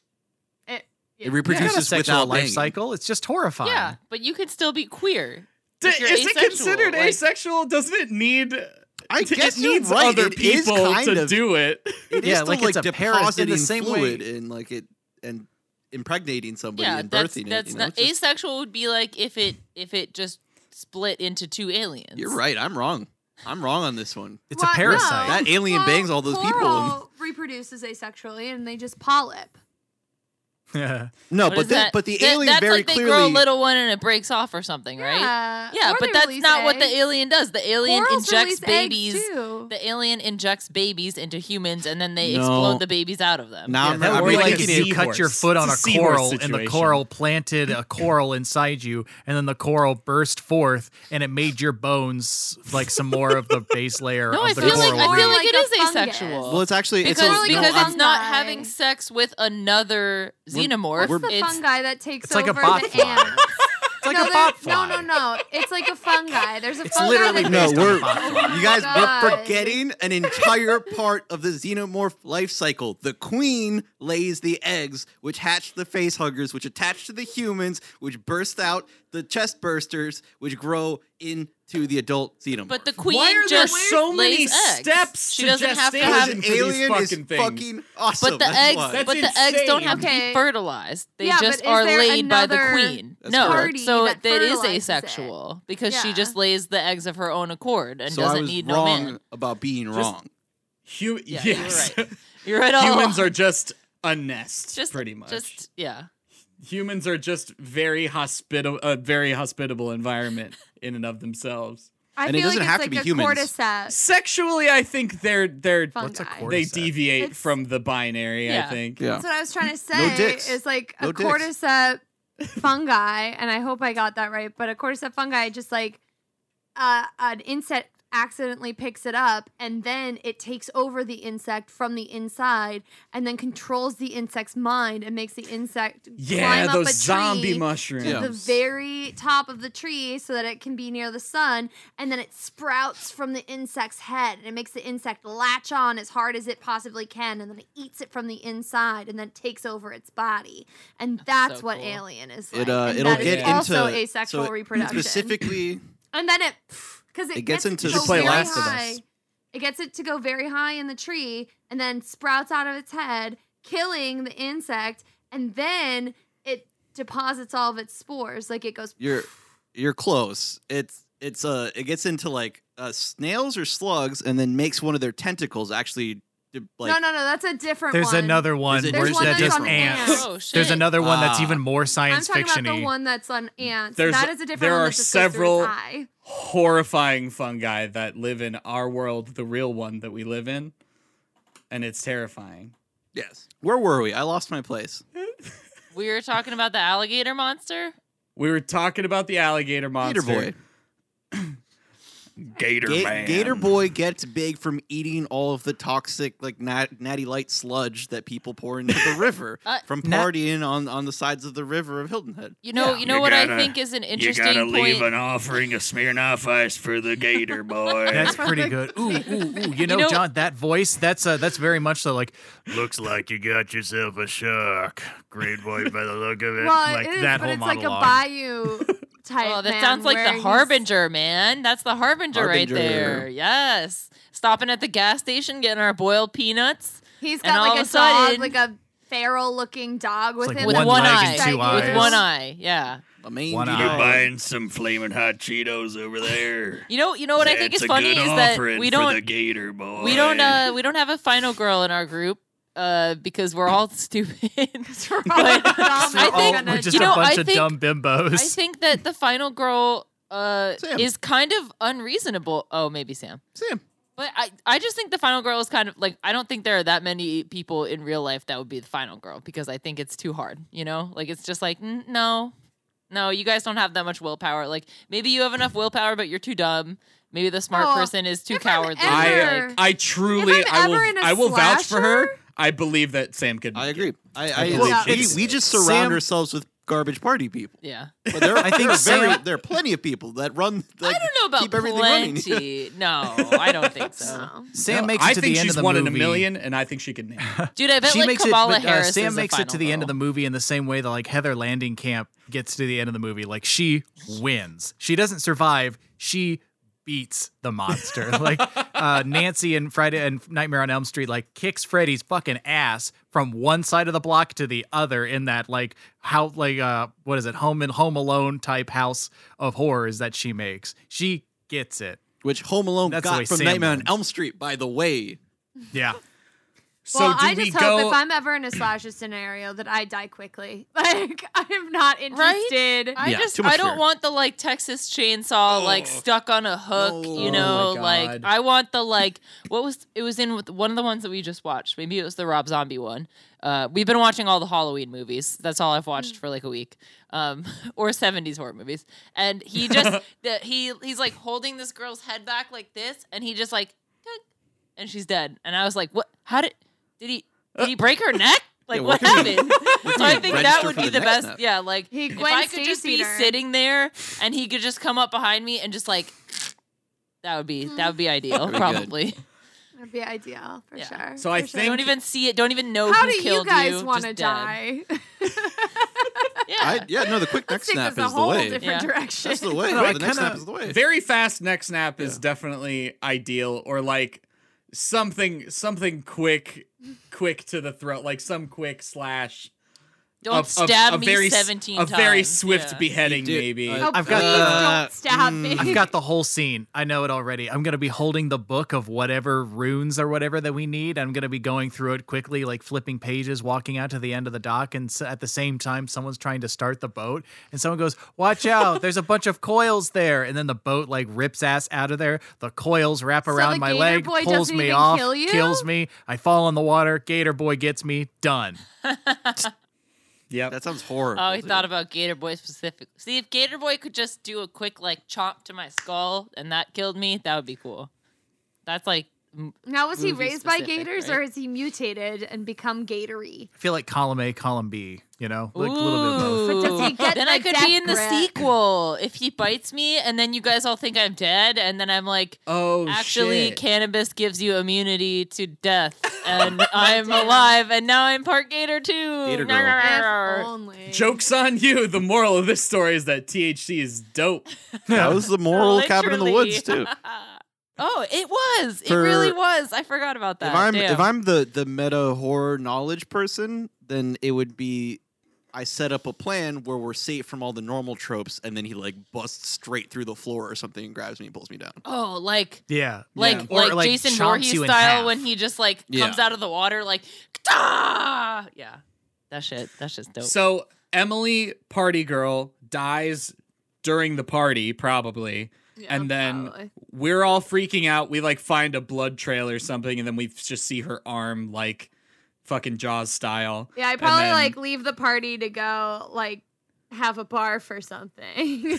B: It- yeah.
D: It
C: It's not a
D: reproduces
C: sexual
D: without
C: life
D: banging.
C: cycle. It's just horrifying.
E: yeah, but you could still be queer.
A: D-
E: If you're
A: is it
E: asexual,
A: considered
E: like-
A: asexual? Doesn't it need?
D: I
A: it
D: guess you're
A: needs
D: right.
A: other
D: It is
A: people
D: kind
A: to
D: of-
A: do it.
D: It is
C: Yeah,
D: still,
C: like, it's a parasite in
D: depositing
C: the same
D: fluid
C: way.
D: and like it and impregnating somebody
E: yeah,
D: and
E: that's
D: birthing
E: that's
D: it. You know,
E: not
D: it's just-
E: asexual would be like if it if it just split into two aliens.
D: You're right. I'm wrong. I'm wrong on this one.
C: It's
B: Well,
C: a parasite.
B: no.
D: That alien
B: Well,
D: bangs all those people. and-
B: coral reproduces asexually and they just polyp.
C: Yeah.
D: no,
E: What
D: but
E: is
D: the,
E: that?
D: but the
E: That-
D: alien
E: that's
D: very
E: like
D: clearly.
E: they grow a little one and it breaks off or something, right?
B: Yeah.
E: Yeah,
B: or
E: but
B: they
E: that's
B: release
E: not what the
B: eggs.
E: alien does. The alien
B: Corals
E: injects
B: release eggs,
E: babies
B: too.
E: The alien injects babies into humans and then they
D: No.
E: explode the babies out of them.
D: now
C: Yeah,
D: I'm,
C: that
A: or
D: I'm
C: would be
A: like
C: like
A: a
C: if you cut
A: seahorse.
C: your foot on a
A: It's a
C: coral
A: seahorse
C: and the
A: situation.
C: coral planted a coral inside you, and then the coral burst forth and it made your bones like some more of the base layer
E: No,
C: of
E: I
C: the
E: feel like
C: coral.
E: I
B: Or
E: feel
B: like
E: like, it
B: a
E: is
B: fungus.
E: asexual.
D: Well, it's actually
E: because
D: it's a,
E: because
D: no,
E: it's
D: I'm,
E: not
B: fungi.
E: having sex with another xenomorph.
B: What's the
E: it's
B: fungi that takes
C: It's like a
B: over the
C: botfly.
B: ants?
C: it's like
B: no,
C: a
B: there-
C: bot fly.
B: No, no, no. It's like a fungi. There's a
D: Oh,
C: It's
B: fungi
C: literally
B: that
D: no,
C: based on
D: we're
C: the bottom
D: you guys
B: Oh, God.
D: we're forgetting an entire part of the xenomorph life cycle. The queen lays the eggs, which hatch the face huggers, which attach to the humans, which burst out the chest bursters, which grow in to the adult xenomorph.
E: But the queen
A: Why are there
E: just
A: so many
E: lays eggs.
A: steps
E: She
A: to
E: doesn't have to
A: gestation?
D: Because
E: have
D: an
A: for these
D: alien
A: fucking
D: is
A: things.
D: fucking awesome.
E: But the
D: That's
E: eggs,
D: why.
A: That's
E: but the eggs don't
A: insane.
E: have to
B: Okay.
E: be fertilized. They
B: Yeah,
E: just
B: but is
E: are
B: there
E: laid by the
B: another
E: queen.
D: That's
E: no,
D: correct.
E: so
B: party that
E: that is
B: fertilizes it?
E: asexual because she
B: Yeah.
E: just lays the eggs of her own accord and
D: so I
E: doesn't
D: was
E: need
D: wrong
E: no man.
D: about being
A: Just-
D: wrong.
A: Hu-
E: Yeah, you're
A: yes.
E: You're right. all.
A: Humans are just a nest,
E: just
A: pretty much.
E: Just yeah.
A: Humans are just very hospitable, a very hospitable environment in and of themselves.
B: I
D: And it
B: feel
D: doesn't
B: like
D: have to
B: it's
D: be
B: like a
D: humans.
B: cordyceps
A: Sexually, I think they're they're
B: fungi.
C: What's a cordyceps?
A: they deviate
B: It's-
A: from the binary. I
E: Yeah.
A: think.
D: Yeah.
B: That's what I was trying to
D: No
B: say.
D: dicks.
B: Is like
D: No
B: a
D: dicks.
B: cordyceps fungi, and I hope I got that right. But a cordyceps fungi just like uh, an insect accidentally picks it up, and then it takes over the insect from the inside, and then controls the insect's mind and makes the insect
A: Yeah,
B: climb up
A: those
B: a
A: zombie
B: tree
A: mushrooms.
B: to the very top of the tree so that it can be near the sun and then it sprouts from the insect's head and it makes the insect latch on as hard as it possibly can and then it eats it from the inside and then takes over its body and that's,
E: so
B: what
E: cool.
B: alien is like
D: It uh,
B: and
D: it'll
B: that is
D: get
B: also
D: into
B: asexual
D: so it
B: reproduction
D: specifically.
B: and then it because it,
D: It gets into
A: the
B: it to go
A: play
B: very
A: Last of Us.
B: high. It gets it to go very high in the tree and then sprouts out of its head, killing the insect, and then it deposits all of its spores. Like it goes.
D: You're you're close. It's it's uh it gets into like uh, snails or slugs and then makes one of their tentacles actually de- like
B: no, no, no. That's a different.
C: There's
B: one.
C: another one
D: There's
C: where
D: one
C: that
D: that's
C: just
D: on the
C: ants.
B: ants.
E: Oh shit.
C: There's another one that's
D: Ah.
C: even more
B: I'm
C: science
B: talking
C: fiction
B: about the
C: y.
B: one that's on ants.
A: There's-
B: that is a different
A: there
B: one.
A: are
B: that just goes through
A: several-
B: its eye.
A: horrifying fungi that live in our world, the real one that we live in, and it's terrifying.
D: yes. Where were we? I lost my place.
E: We were talking about the alligator monster.
A: We were talking about the alligator monster.
D: Gator boy.
A: Gator
D: Ga- Gator boy gets big from eating all of the toxic like nat- natty light sludge that people pour into the river
E: Uh,
D: from
C: Nat-
D: partying on on the sides of the river of Hilton Head.
E: You know,
B: Yeah.
E: you know
H: You
E: what I
H: gotta-
E: think is an interesting point.
H: offering of Smirnoff Ice for the Gator Boy.
C: That's pretty good. Ooh, ooh, ooh. You know,
E: know-
C: John, that voice, that's uh, that's very much so like
H: Looks like you got yourself a shark. Great boy by the look of it.
B: Well,
C: like
B: it is,
C: that
B: but
C: whole
B: it's
C: monologue.
B: like a bayou type.
E: Oh, that
B: man,
E: sounds like
B: where
E: the
B: he's-
E: harbinger, man. That's the harbinger, right
D: Harbinger.
E: there. Yes. Stopping at the gas station, getting our boiled peanuts
B: He's
E: And
B: got like
E: all
B: a
E: of a
B: dog,
E: sudden-
B: like a feral-looking dog with
C: like
B: him
E: with
C: One
E: one,
C: leg
E: eye.
C: and two
E: With
C: eyes.
E: one eye. Yeah.
D: A main
C: One
D: dude.
C: eye. You're
H: some flaming hot Cheetos over there.
E: You know, you know what I think is funny is that we don't
H: Gator Boy.
E: we don't uh we don't have a final girl in our group uh because we're all stupid.
B: We're all
E: But-
B: dumb.
E: I
B: We're
E: think-
B: gonna
C: we're just
E: you know,
C: a bunch
E: I
C: of
E: think-
C: dumb bimbos.
E: I think that the final girl uh
D: Sam.
E: is kind of unreasonable. Oh, maybe Sam.
D: Sam.
E: But I, I just think the final girl is kind of like I don't think there are that many people in real life that would be the final girl because I think it's too hard, you know? Like it's just like "N- no. No, you guys don't have that much willpower. Like maybe you have enough willpower but you're too dumb. Maybe the smart
B: Oh,
E: person is too
B: if I'm
E: cowardly.
B: ever-
E: like,
A: I uh, truly,
B: If I'm
A: I will,
B: ever in a
A: I will vouch for her. I believe that Sam could.
D: I
A: make
D: agree.
A: it.
D: I,
A: I
D: I,
A: believe
D: well,
B: she
D: we,
A: is.
D: we just surround
C: Sam-
D: ourselves with garbage party people.
E: yeah.
D: But there, I
C: think
D: think there are, very,
C: Sam-
D: there are plenty of people that run. Like,
E: I don't know
D: keep
E: about
D: everything running.
E: plenty. no, I don't think so.
B: No.
C: Sam
A: No,
C: makes
A: I
C: it to
A: think
C: the end
A: she's
C: of the
A: one
C: movie.
A: in a million, and I think she can name. it.
E: Dude, I bet
C: She
E: like
C: makes
E: Kamala
C: it, but, uh,
E: Harris
C: Sam
E: is the
C: makes it to
E: final
C: the end of
E: girl.
C: the movie in the same way that like Heather Landing Camp gets to the end of the movie. Like she wins. She doesn't survive. She beats the monster. like uh, Nancy and Friday and Nightmare on Elm Street like kicks Freddy's fucking ass from one side of the block to the other in that like how like uh what is it home and home alone type house of horrors that she makes. She gets it.
D: Which Home Alone
C: That's the way
D: got from
C: Sam
D: Nightmare on
C: runs.
D: Elm Street, by the way.
C: Yeah.
A: So
B: well,
A: do
B: I
A: we
B: just
A: go?
B: hope if I'm ever in a slasher scenario that I die quickly. Like I'm not
E: Right?
B: interested.
E: I
D: Yeah,
E: just
D: too much
E: I don't
D: fear. Oh.
E: want the like Texas chainsaw like stuck on a hook,
A: Oh
E: you know,
A: my God.
E: like I want the like what was it was in with one of the ones that we just watched. Maybe it was the Rob Zombie one. Uh, we've been watching all the Halloween movies. That's all I've watched for like a week, um, or '70s horror movies. And he just the, he he's like holding this girl's head back like this, and he just like, "Tink," and she's dead. And I was like, what? How did did he did he break her neck? Like
D: Yeah,
E: what
D: where can you-
E: happened? so I think that
D: register
E: would
D: for
E: be
D: the
E: the
D: next
E: best.
D: step?
E: Yeah, like
B: He
E: if
B: Gwen
E: I could just be
B: Stacy'd her.
E: sitting there and he could just come up behind me and just like that would
B: Mm-hmm.
E: be that would be ideal,
D: good.
E: probably.
B: That'd be ideal for
E: Yeah.
B: sure.
A: So I
B: For sure.
A: think-
E: Don't even see it. Don't even know
B: How
E: who
B: do you
E: killed
B: guys
E: just
B: want to
E: dead.
B: die?
E: Yeah,
D: I, yeah, no, the quick neck
B: Let's take
D: snap
B: this a
D: is the
B: whole
D: way.
B: different
E: Yeah.
B: direction.
D: That's the way.
C: No, I
D: No, the neck
C: kinda-
D: snap is the way.
A: Very fast neck snap is definitely ideal, or like something something quick, quick to the throat, like some quick slash.
E: Don't
A: a- a-
E: stab
A: a
E: me
A: very s-
E: 17
A: a
E: times.
A: very swift
E: yeah.
A: beheading,
D: You do-
A: maybe.
D: uh,
B: Oh,
C: I've
B: I've
C: got-
B: got, please
D: Uh,
B: don't stab
D: mm,
B: me.
C: I've got the whole scene. I know it already. I'm gonna be holding the book of whatever runes or whatever that we need. I'm gonna be going through it quickly, like flipping pages, walking out to the end of the dock, and s- at the same time, someone's trying to start the boat, and someone goes, "Watch out! There's a bunch of coils there!" And then the boat like rips ass out of there. The coils wrap
B: So
C: around
B: the
C: my
B: Gator
C: leg,
B: Boy
C: pulls
B: doesn't
C: me
B: even
C: off,
B: kill you?
C: kills me. I fall in the water. Gator Boy gets me. Done.
A: yep.
D: That sounds horrible.
E: Oh, he
D: dude.
E: thought about Gator Boy specific. See, if Gator Boy could just do a quick like chomp to my skull and that killed me, that would be cool. That's like m-
B: now, was he
E: movie
B: raised by
E: specific,
B: gators
E: right?
B: or has he mutated and become gatory?
C: I feel like column A, column B. You know, like a little bit of both.
E: Ooh.
B: But does he get
E: then
B: the
E: I could
B: death
E: be in the
B: grip?
E: sequel if he bites me, and then you guys all think I'm dead, and then I'm like,
A: oh,
E: actually,
A: shit.
E: cannabis gives you immunity to death,
D: Oh,
E: and I'm alive, and now I'm part gator too.
D: Gator girl.
B: If
E: Nar-nar-nar.
B: only.
A: Jokes on you. The moral of this story is that THC is dope.
D: that was the moral of Cabin in the
E: Literally.
D: Woods too.
E: oh, it was. It
D: For-
E: really was. I forgot about that.
D: if I'm
E: Damn.
D: if I'm the the meta horror knowledge person, then it would be I set up a plan where we're safe from all the normal tropes, and then he like busts straight through the floor or something and grabs me and pulls me down.
E: oh, like
C: Yeah.
E: like
C: Or,
E: like,
C: like,
E: Jason
C: chomps
E: Voorhees
C: you in
E: style
C: half.
E: when he just like comes
D: Yeah.
E: out of the water like "Kta!" yeah that shit that shit's dope
A: So Emily, party girl, dies during the party, probably. and then
B: probably.
A: we're all freaking out. We like find a blood trail or something, and then we just see her arm like fucking Jaws style.
B: Yeah, I probably
A: then-
B: like leave the party to go like have a barf or something.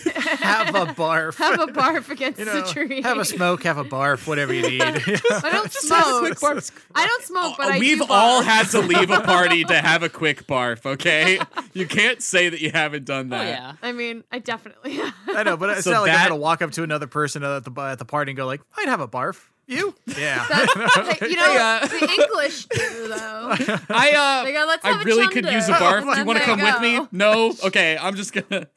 C: have a barf.
B: have a barf against
C: You
B: the
C: know,
B: tree.
C: Have a smoke, have a barf, whatever you need.
B: I don't
A: Just
B: smoke.
A: have a quick barf.
B: I don't smoke, but I
A: We've
B: do
A: all
B: barf.
A: had to leave a party to have a quick barf, okay? You can't say that you haven't done
E: oh
A: that.
E: yeah
B: I mean, I definitely.
C: I know, but it's
A: So
C: not like I'm
A: that-
C: gonna walk up to another person at the at the party and go like, "I'd have a barf." You? Yeah.
B: That's, you know,
A: Hey, uh,
B: the English do though.
A: I uh
B: They go, "Let's have
A: I
B: a
A: really could
B: chunder,"
E: Oh,
A: use a barf.
B: and
A: Do you
B: then
A: want to
B: they
A: come with
B: go.
A: me? No. Okay, I'm just gonna.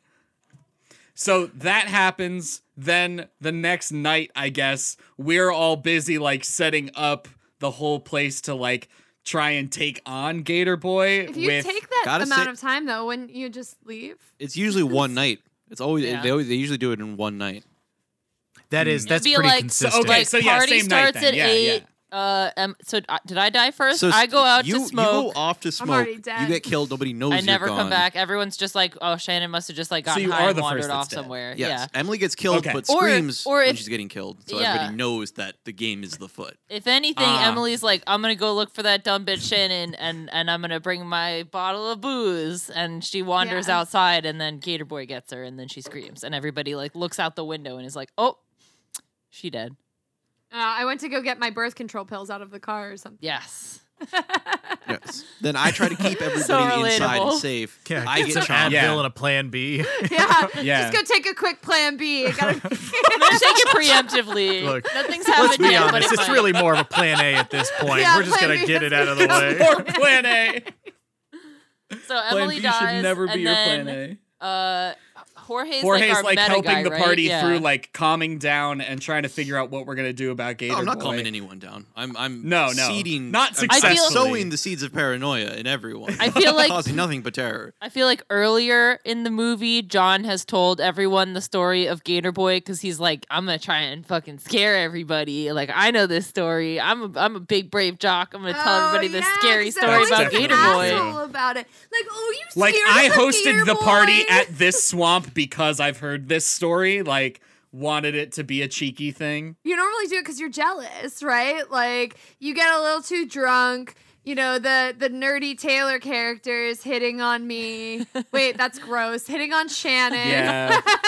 A: So that happens. Then the next night, I guess we're all busy like setting up the whole place to like try and take on Gator Boy.
B: If you
A: with
B: take that
D: Gotta
B: amount
D: say-
B: of time though, wouldn't you just leave?
D: It's usually one night. It's always
E: Yeah.
D: they always they usually do it in one night.
C: that is that's
E: be
C: pretty
E: like- so,
C: consistent.
A: okay,
E: like
A: so yeah,
E: party
A: same night
E: starts
A: then.
E: at
A: Yeah, yeah.
E: eight uh um so uh, did I die first
D: So
E: I go out
D: you,
E: to
D: You
E: smoke
D: go off to smoke.
B: already dead.
D: You get killed. Nobody knows.
E: I
D: you're
E: never
D: gone.
E: come back everyone's just like oh Shannon must have just like
A: So
E: gotten
A: you
E: high
A: are
E: and
A: the
E: wandered
A: first that's
E: off
A: dead.
E: somewhere yeah
D: Yes, Emily gets killed,
A: Okay.
D: but
E: Or-
D: screams
E: or
D: when
E: if-
D: she's getting killed, so
E: yeah.
D: everybody knows that the game is the foot.
E: If anything,
A: Ah.
E: Emily's like, I'm gonna go look for that dumb bitch Shannon, and and I'm gonna bring my bottle of booze, and she wanders
B: Yeah.
E: outside, and then Gator Boy gets her, and then she screams, and everybody like looks out the window and is like, oh, she dead.
B: Uh, I went to go get my birth control pills out of the car or something.
E: Yes.
D: Yes. then I try to keep everybody
E: So
D: inside
E: relatable.
D: and safe.
C: yeah,
D: I get
C: some
D: shot.
C: Advil
A: Yeah.
C: and a Plan B.
B: Yeah.
A: Yeah.
B: Just go take a quick plan B. I gotta
E: Let's take it preemptively.
C: Look,
E: Nothing's
C: Let's
E: happened
C: be
E: yet, but
C: honest.
E: it
C: It's
E: might.
C: really more of a Plan A at this point.
B: Yeah,
C: We're just
B: Plan
C: gonna
B: B
C: get it out of the
B: doesn't
C: way.
A: Or Plan A.
E: so
A: plan
E: Emily
A: B
E: dies,
A: should never be
E: and
A: your
E: then
A: plan A.
E: uh, Jorge's,
A: Jorge's
E: like,
A: like,
E: our meta
A: helping
E: guy,
A: the
E: right?
A: party
E: Yeah.
A: through like calming down and trying to figure out what we're gonna do about Gator
D: No, Oh, I'm not
A: Boy.
D: calming anyone down. I'm I'm
A: No, no.
D: seeding
A: Not
D: I'm
A: successfully.
D: sowing the seeds of paranoia in everyone.
E: I feel like-
D: causing nothing but terror.
E: I feel like earlier in the movie, John has told everyone the story of Gator Boy because he's like, I'm gonna try and fucking scare everybody. Like I know this story. I'm a, I'm a big brave jock. I'm gonna tell
B: Oh,
E: everybody this
B: yeah,
E: scary
B: 'cause
E: story
A: That's
E: about
B: everyone's
E: Gator
A: definitely
B: an
E: Boy.
B: asshole about it. Like, oh, you
A: like
B: scared
A: I
B: of
A: hosted
B: Gator
A: the
B: Boy?
A: party at this swamp because I've heard this story. Like wanted it to be a cheeky thing.
B: You normally do it because you're jealous, right? Like you get a little too drunk. You know the the nerdy Taylor character is hitting on me. Wait, that's gross. Hitting on Shannon.
A: Yeah,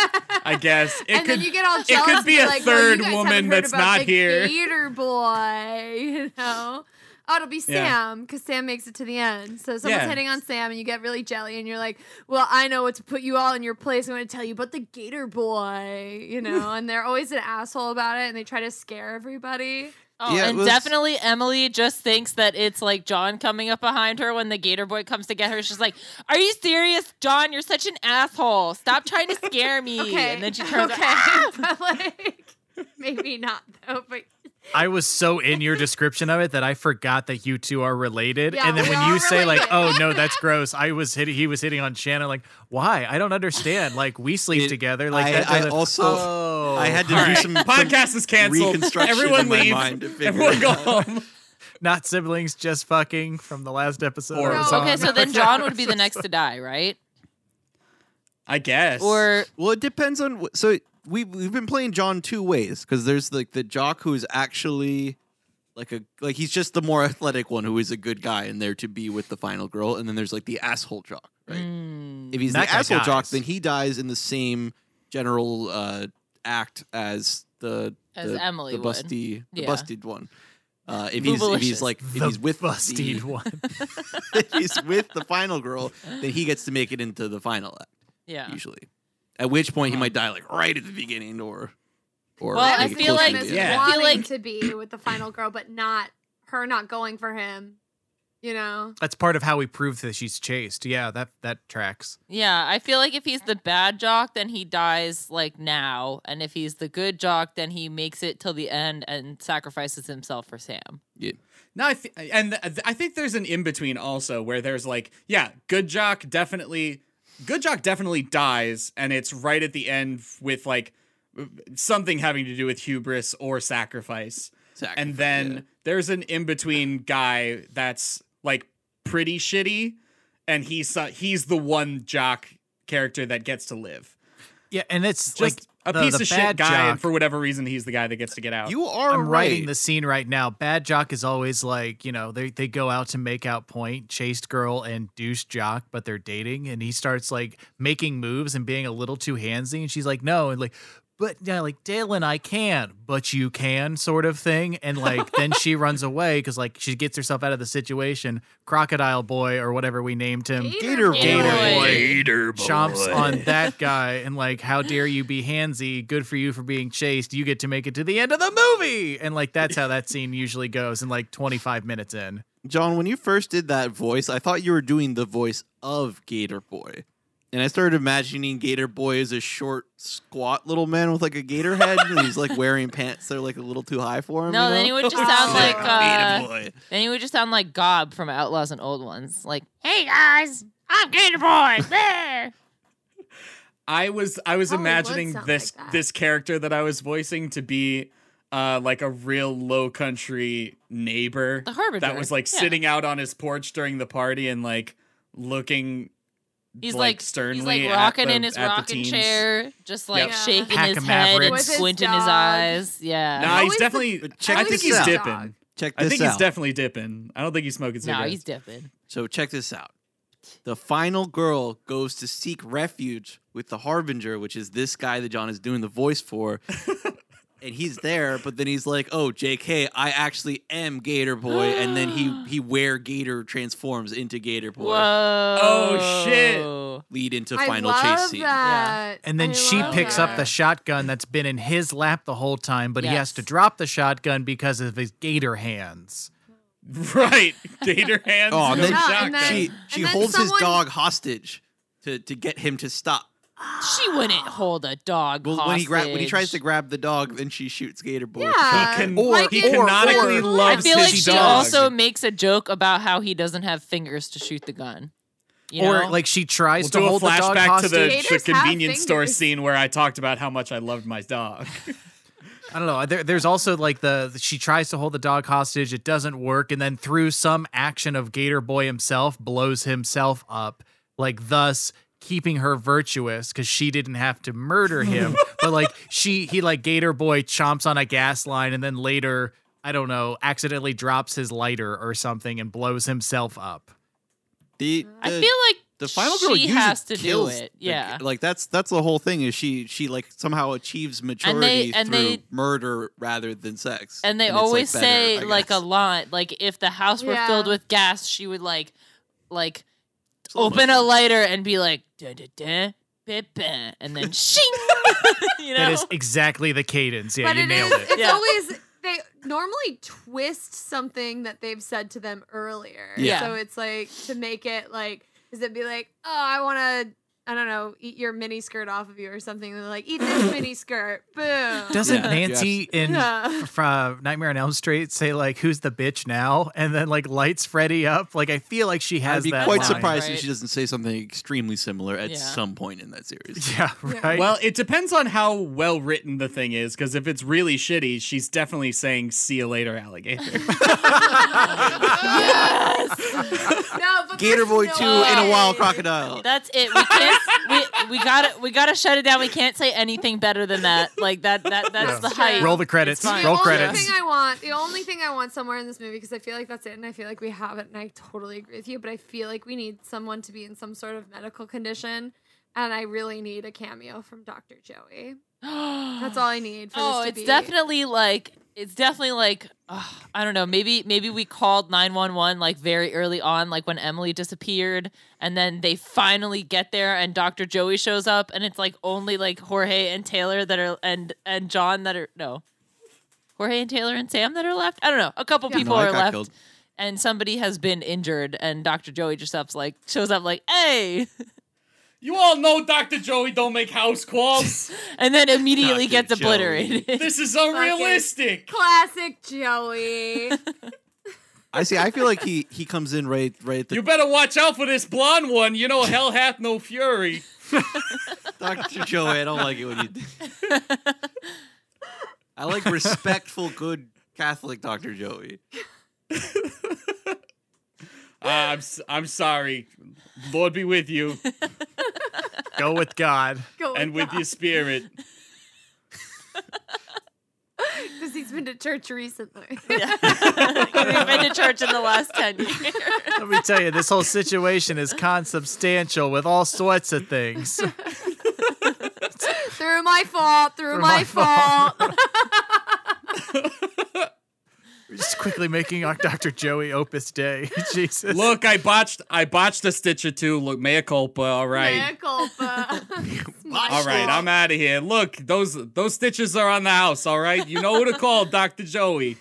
A: I guess it
B: and
A: could.
B: then you get all
A: could
B: jealous.
A: be
B: and
A: a
B: like, well, you
A: third
B: guys haven't
A: woman
B: heard
A: that's
B: about
A: not
B: the
A: here.
B: Gator boy, you know. Oh, it'll be
A: Yeah.
B: Sam because Sam makes it to the end. So someone's
A: Yeah.
B: hitting on Sam, and you get really jelly, and you're like, "Well, I know what to put you all in your place. I'm going to tell you about the Gator boy, you know." and they're always an asshole about it, and they try to scare everybody.
E: Oh,
D: Yeah, it
E: and
D: was-
E: definitely Emily just thinks that it's like John coming up behind her when the Gator Boy comes to get her. She's like, "Are you serious, John? You're such an asshole. Stop trying to scare me."
B: Okay.
E: And then she turns.
B: okay.
E: "Ah!"
B: but like, maybe not though. But
C: I was so in your description of it that I forgot that you two are related.
B: Yeah,
C: and then
B: we
C: when
B: are
C: you say like,
B: related.
C: "Oh no, that's gross," I was hitting. He was hitting on Shannon like, "Why? I don't understand. Like we sleep
D: It-
C: together. Like
D: I-
C: that
D: I
C: doesn't-
D: also-
C: Oh.
D: I had to
A: All
D: do
A: right,
D: some some
A: podcast is canceled.
D: reconstruction
A: Everyone
D: in my
A: leave.
D: mind to figure
A: Everyone
D: it
A: go
D: out.
A: home.
C: not siblings, just fucking from the last episode.
A: Or-
C: I was
B: No,
C: on.
E: okay, so then John would be the next to die, right?
A: I guess.
E: Or
D: Well, it depends on. wh- So we we've been playing John two ways because there's like the jock who is actually like a like he's just the more athletic one who is a good guy and there to be with the final girl, and then there's like the asshole jock, right?
E: Mm.
D: If he's
C: That
D: the
C: guy
D: asshole jock,
C: dies.
D: then he dies in the same general uh, act as the
E: As
D: the,
E: Emily
D: the
E: would.
D: busty the
E: Yeah.
D: busted one. Uh, if he's if
E: Boobalicious.
D: he's like if
C: the
D: he's with the-
C: busted one.
D: if he's with the final girl, then he gets to make it into the final act
E: yeah.
D: usually. At which point he might die like right at the beginning or or
E: Well, I
D: maybe
E: feel
D: close to
E: like-
D: the end.
A: Yeah.
E: I feel
B: wanting
E: like-
B: to be with the final girl, but not her not going for him. You know.
C: That's part of how we prove that she's chased. Yeah, that that tracks.
E: Yeah, I feel like if he's the bad jock, then he dies like now, and if he's the good jock, then he makes it till the end and sacrifices himself for Sam.
A: No, I th- and th- I think there's an in between also where there's like, yeah, good jock definitely, good jock definitely dies, and it's right at the end with like something having to do with hubris or sacrifice,
D: Sacrifice,
A: and then
D: yeah.
A: there's an in between guy that's like pretty shitty, and he's so- he's the one jock character that gets to live,
C: Yeah, and it's
A: just
C: like
A: a
C: the-
A: piece
C: the
A: of shit
C: bad
A: guy,
C: jock-
A: and for whatever reason, he's the guy that gets to get out.
D: you are
C: I'm
D: right.
C: writing the scene right now. Bad Jock is always like, you know, they, they go out to make out point, chased girl and douche jock, but they're dating. And he starts like making moves and being a little too handsy. And she's like, no. And like, but yeah, like Dale and I can, but you can sort of thing. And like, then she runs away because like she gets herself out of the situation. Crocodile Boy or whatever we named him
D: Gator boy.
E: Gator boy.
H: Gator boy.
C: chomps on that guy and like how dare you be handsy good for you for being chased you get to make it to the end of the movie and like that's how that scene usually goes in like 25 minutes in
D: John, when you first did that voice, I thought you were doing the voice of Gator Boy. And I started imagining Gator Boy as a short, squat little man with like a gator head, and he's like wearing pants that are like a little too high for him.
E: No,
D: you know?
E: then he would just
B: Oh,
E: sound
B: shit.
E: like
H: Gator
E: uh,
H: boy.
E: then he would just sound like Gob from Outlaws and Old Ones. Like, hey guys, I'm Gator Boy. There.
A: I was I was
B: Probably would
A: imagining
B: sound
A: this
B: like that.
A: this character that I was voicing to be uh like a real low country neighbor
E: The harbinger.
A: that was like
E: Yeah.
A: sitting out on his porch during the party and like looking
E: He's
A: like,
E: like He's
A: sternly
E: like
A: at
E: rocking
A: the-
E: in his
A: at the
E: rocking
A: teens.
E: chair, just like
B: Yep.
E: shaking
C: Pack
E: his
C: of
E: head and
C: Mavericks.
E: squinting
B: With
E: his
B: his
E: eyes. Yeah.
A: Nah, he's
B: Always the-
A: definitely
D: Check
A: I
D: this
A: think he's
D: out.
A: dipping.
D: Check
A: I
D: this
A: think
D: out.
A: he's definitely dipping. I don't think he's smoking
E: no,
A: cigarettes.
E: he's dipping.
D: so check this out. The final girl goes to seek refuge with the Harbinger, which is this guy that John is doing the voice for. and he's there, but then he's like, "Oh, JK, I actually am Gator Boy." and then he he where Gator transforms into Gator Boy,
E: Whoa.
A: Oh, shit.
D: lead into
B: I
D: final
B: love
D: chase scene.
B: that.
C: And then
B: I
C: she
B: love
C: picks up
B: that.
C: the shotgun that's been in his lap the whole time, but he
E: Yes.
C: has to drop the shotgun because of his gator hands.
A: right. Gator hands.
D: Oh, and
A: no
D: then-
B: Yeah,
A: shotgun.
B: and then-
D: She she
B: then
D: holds his
B: someone-
D: dog hostage to to get him to stop.
E: She wouldn't hold a dog.
D: Well, when he gra- when he tries to
E: hostage.
D: grab the dog, then she shoots Gator Boy.
A: he
B: Yeah.
A: can
D: Or-
A: he
B: or-
A: canonically
B: or-
E: I
A: loves
E: feel
A: his
E: like she
A: dog.
E: also makes a joke about how he doesn't have fingers to shoot the gun. You
C: Or
E: know?
C: like she tries
A: we'll
C: to
A: do
C: hold
A: a
C: the dog
A: flashback to
C: hostage.
A: the, the
B: Gators have
A: convenience store
B: fingers.
A: scene where I talked about how much I loved my dog.
C: I don't know. uh, There, there's also like the she tries to hold the dog hostage. It doesn't work, and then through some action of Gator Boy himself, blows himself up. Like thus keeping her virtuous because she didn't have to murder him. but like she, he like Gator Boy chomps on a gas line, and then later, I don't know, accidentally drops his lighter or something and blows himself up.
D: The,
E: I
D: the-
E: feel like
D: the final girl
E: she
D: usually
E: has to do
D: kills
E: it.
D: the-
E: Yeah.
D: like that's that's the whole thing is she she like somehow achieves maturity
E: and
D: through
E: they-
D: murder rather than sex.
E: And they
D: it's, like,
E: always
D: better,
E: say
D: I
E: like a
D: guess.
E: lot. Like if the house were
B: Yeah.
E: filled with gas, she would like like
D: It's almost
E: open a
D: like-
E: lighter and be like dun, dun, dun, bun, bun," and then shing. you know.
C: That is exactly the cadence. Yeah,
B: but
C: you
B: it
C: nailed
B: is.
C: it.
B: It's
E: Yeah.
B: always they normally twist something that they've said to them earlier.
E: Yeah.
B: So it's like to make it like, is it be like, oh, I want to, I don't know, eat your mini skirt off of you or something. And they're like, eat this mini skirt. Boom.
C: Doesn't
D: Yeah.
C: Nancy in
B: Yeah.
C: from Nightmare on Elm Street say like "Who's the bitch now?" and then like lights Freddy up? Like I feel like she has
D: I'd be
C: that.
D: quite
C: line.
D: surprised
E: Right.
D: if she doesn't say something extremely similar at
E: Yeah.
D: some point in that series.
C: Yeah,
B: Yeah.
C: right.
A: Well, it depends on how well written the thing is, because if it's really shitty, she's definitely saying "see you later, alligator."
B: No, but
D: Gator
B: there's
D: Boy
B: no
D: Two in a wild
B: way.
D: crocodile.
E: That's it. We can't. we, we gotta we gotta shut it down. We can't say anything better than that. Like that that that's the height.
C: roll the credits.
E: It's fine.
C: Roll
E: Yeah.
B: The only
C: credits.
B: thing I want, the only thing I want somewhere in this movie, because I feel like that's it, and I feel like we have it, and I totally agree with you. But I feel like we need someone to be in some sort of medical condition, and I really need a cameo from Dr. Joey. That's all I need for
E: Oh,
B: this to
E: it's
B: be.
E: definitely like it's definitely like ugh, I don't know. Maybe maybe we called nine one one like very early on, like when Emily disappeared, and then they finally get there, and Doctor Joey shows up, and it's like only like Jorge and Taylor that are and and John that are no, Jorge and Taylor and Sam that are left. I don't know. A couple
B: Yeah.
E: people
D: No, I
E: are
D: got
E: left.
D: killed.
E: And somebody has been injured, and Dr. Joey just ups like shows up like, "Hey!"
A: you all know Dr. Joey don't make house calls.
E: and then immediately
D: Dr.
E: gets
D: Joey.
E: obliterated.
A: this is unrealistic.
B: classic Joey.
D: I see. I feel like he he comes in right right at the
A: You better watch out for this blonde one. You know, hell hath no fury.
D: Dr. Joey, I don't like it when you. I like respectful, good Catholic Dr. Joey.
A: Uh, I'm s- I'm sorry. Lord be with you
C: Go with God.
B: Go
A: and with your spirit.
B: because he's been to church recently.
E: Yeah. We've been to church in the last 10 years.
C: Let me tell you, this whole situation is consubstantial with all sorts of things.
B: through my fault. Through,
C: Through
B: my,
C: my
B: fault.
C: fault. We're just quickly making our Dr. Joey Opus Day. Jesus.
A: Look, I botched I botched a stitch or two. Look, mea culpa. All right.
B: Mea culpa.
A: All right, I'm out of here. Look, those those stitches are on the house. All right, you know who to call, Doctor Joey.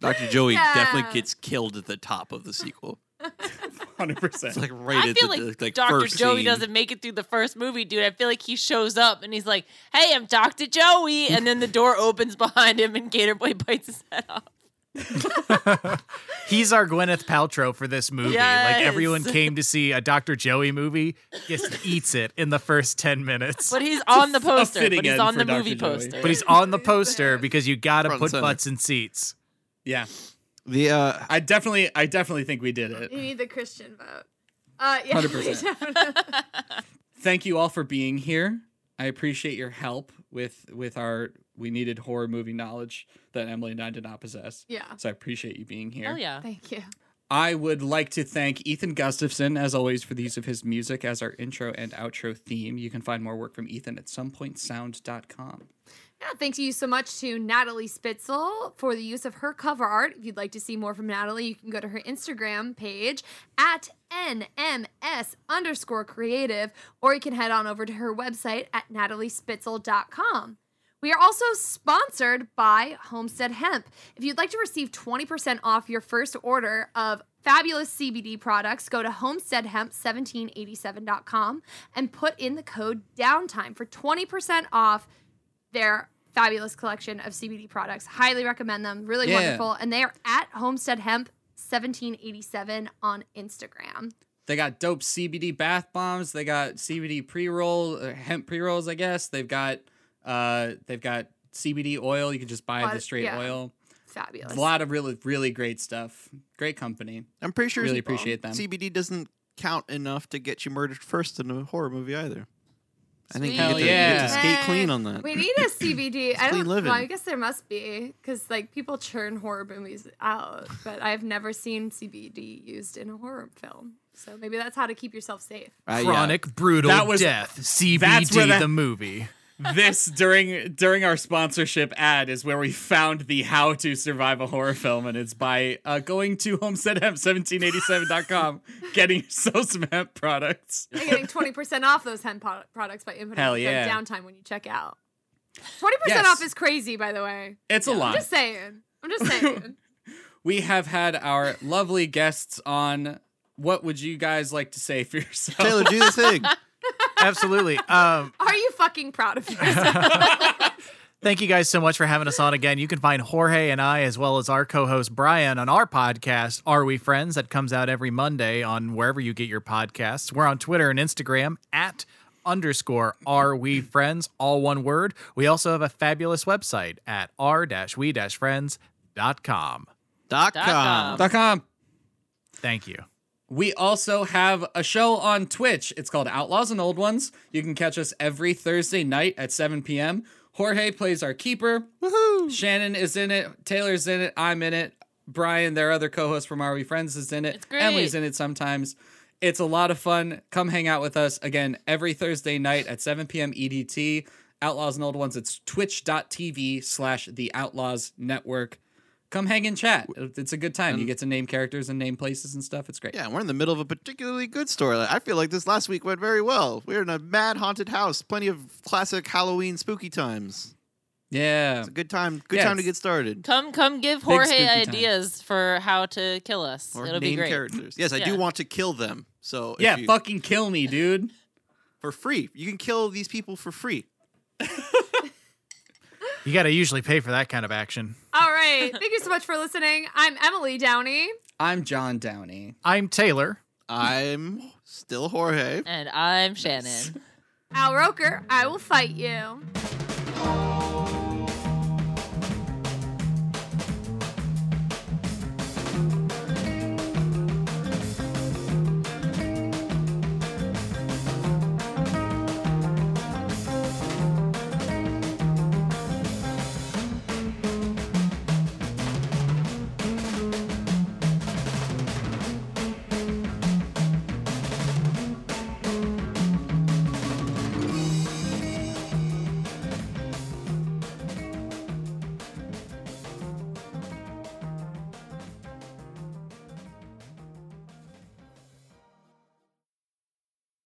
D: Dr. Joey
B: Yeah.
D: definitely gets killed at the top of the sequel.
A: Hundred
D: It's
A: percent.
D: like right
E: I
D: at
E: feel
D: the,
E: like,
D: the, like
E: Dr.
D: first
E: Joey
D: scene.
E: doesn't make it through the first movie, dude. I feel like he shows up and he's like, hey, I'm Dr. Joey. And then the door opens behind him and Gator Boy bites his head off.
C: He's our Gwyneth Paltrow for this movie.
E: Yes.
C: Like everyone came to see a Dr. Joey movie, just eats it in the first 10 minutes.
E: But he's on the poster.
A: fitting
E: But he's
A: end
E: on
A: for
E: the
A: Dr.
E: movie
A: Joey.
E: poster.
C: But he's on the poster because you got to
D: Front
C: put
D: center.
C: butts in seats.
A: Yeah,
D: The uh,
A: I definitely, I definitely think we did
B: you
A: it.
B: need the Christian vote. Uh, yeah,
A: 100%.
B: definitely.
A: Thank you all for being here. I appreciate your help with with our we needed horror movie knowledge that Emily and I did not possess.
B: Yeah.
A: So I appreciate you being here.
E: Hell yeah.
B: Thank you.
A: I would like to thank Ethan Gustafson, as always, for the use of his music as our intro and outro theme. You can find more work from Ethan at somepointsound.com.
B: Yeah, thank you so much to Natalie Spitzel for the use of her cover art. If you'd like to see more from Natalie, you can go to her Instagram page at NMS underscore creative, or you can head on over to her website at nataliespitzel.com. We are also sponsored by Homestead Hemp. If you'd like to receive 20% off your first order of fabulous CBD products, go to homesteadhemp1787.com and put in the code downtime for 20% off their fabulous collection of CBD products. Highly recommend them. Really
A: Yeah.
B: wonderful. And they are at Homestead Hemp 1787 on Instagram.
A: They got dope CBD bath bombs. They got CBD pre roll, uh, hemp pre rolls, I guess. They've got uh, they've got CBD oil. You can just buy
B: Lot-
A: the straight
B: yeah.
A: oil.
B: Fabulous.
A: A lot of really, really great stuff. Great company.
D: I'm pretty sure
A: Really appreciate them.
D: CBD doesn't count enough to get you murdered first in a horror movie either. I think you
E: Sweet.
D: get,
A: Hell
D: to, you get to
A: yeah.
D: skate clean on that.
B: We need a CBD. I
D: clean
B: don't.
D: living.
B: Well, I guess there must be because like people churn horror movies out, but I've never seen CBD used in a horror film. So maybe that's how to keep yourself safe.
D: Uh, yeah.
C: Chronic brutal
A: That was-
C: death.
A: that's where
C: CBD
A: that-
C: the movie.
A: this during during our sponsorship ad is where we found the how to survive a horror film, and it's by uh, going to homesteadhemp1787.com, getting yourself some hemp products.
B: You're getting twenty percent off those hemp pro- products by inputting
A: Hell
B: the code
A: yeah.
B: downtime when you check out. Twenty percent
A: Yes.
B: off is crazy, by the way.
A: It's a
B: I'm
A: lot.
B: just saying. I'm just saying.
A: we have had our lovely guests on. What would you guys like to say for yourself?
D: Taylor, do the thing.
C: Absolutely. Um,
B: Are you fucking proud of yourself?
C: Thank you guys so much for having us on again. You can find Jorge and I, as well as our co host Brian, on our podcast, Are We Friends, that comes out every Monday on wherever you get your podcasts. We're on Twitter and Instagram at underscore Are We Friends, all one word. We also have a fabulous website at r we friends.com.
D: Dot
E: Dot
D: com.
E: com.
A: Dot com.
C: Thank you.
A: We also have a show on Twitch. It's called Outlaws and Old Ones. You can catch us every Thursday night at 7 p.m. Jorge plays our keeper. Woohoo! Shannon is in it. Taylor's in it. I'm in it. Brian, their other co host from Are We Friends, is in it.
E: It's great.
A: Emily's in it sometimes. It's a lot of fun. Come hang out with us again every Thursday night at 7 p.m. EDT. E Outlaws and Old Ones. It's twitch.tv slash the Outlaws Network. Come hang and chat. It's a good time. You get to name characters and name places and stuff. It's great.
D: Yeah, we're in the middle of a particularly good story. Like, I feel like this last week went very well. We're in a mad haunted house. Plenty of classic Halloween spooky times.
A: Yeah.
D: It's a good time. Good
A: Yeah,
D: time to
A: it's-
D: get started.
E: Come, come, give
A: Big
E: Jorge
A: spooky time.
E: ideas for how to kill us.
D: Or
E: It'll
D: name
E: be great.
D: characters. Yes, I do
E: Yeah.
D: want to kill them. So if
A: Yeah,
D: you-
A: fucking kill me, dude.
D: for free. You can kill these people for free.
C: You got to usually pay for that kind of action.
B: All right. Thank you so much for listening. I'm Emily Downey.
A: I'm John Downey.
C: I'm Taylor.
D: I'm still Jorge.
E: And I'm Shannon.
B: Al Roker, I will fight you.
G: Thank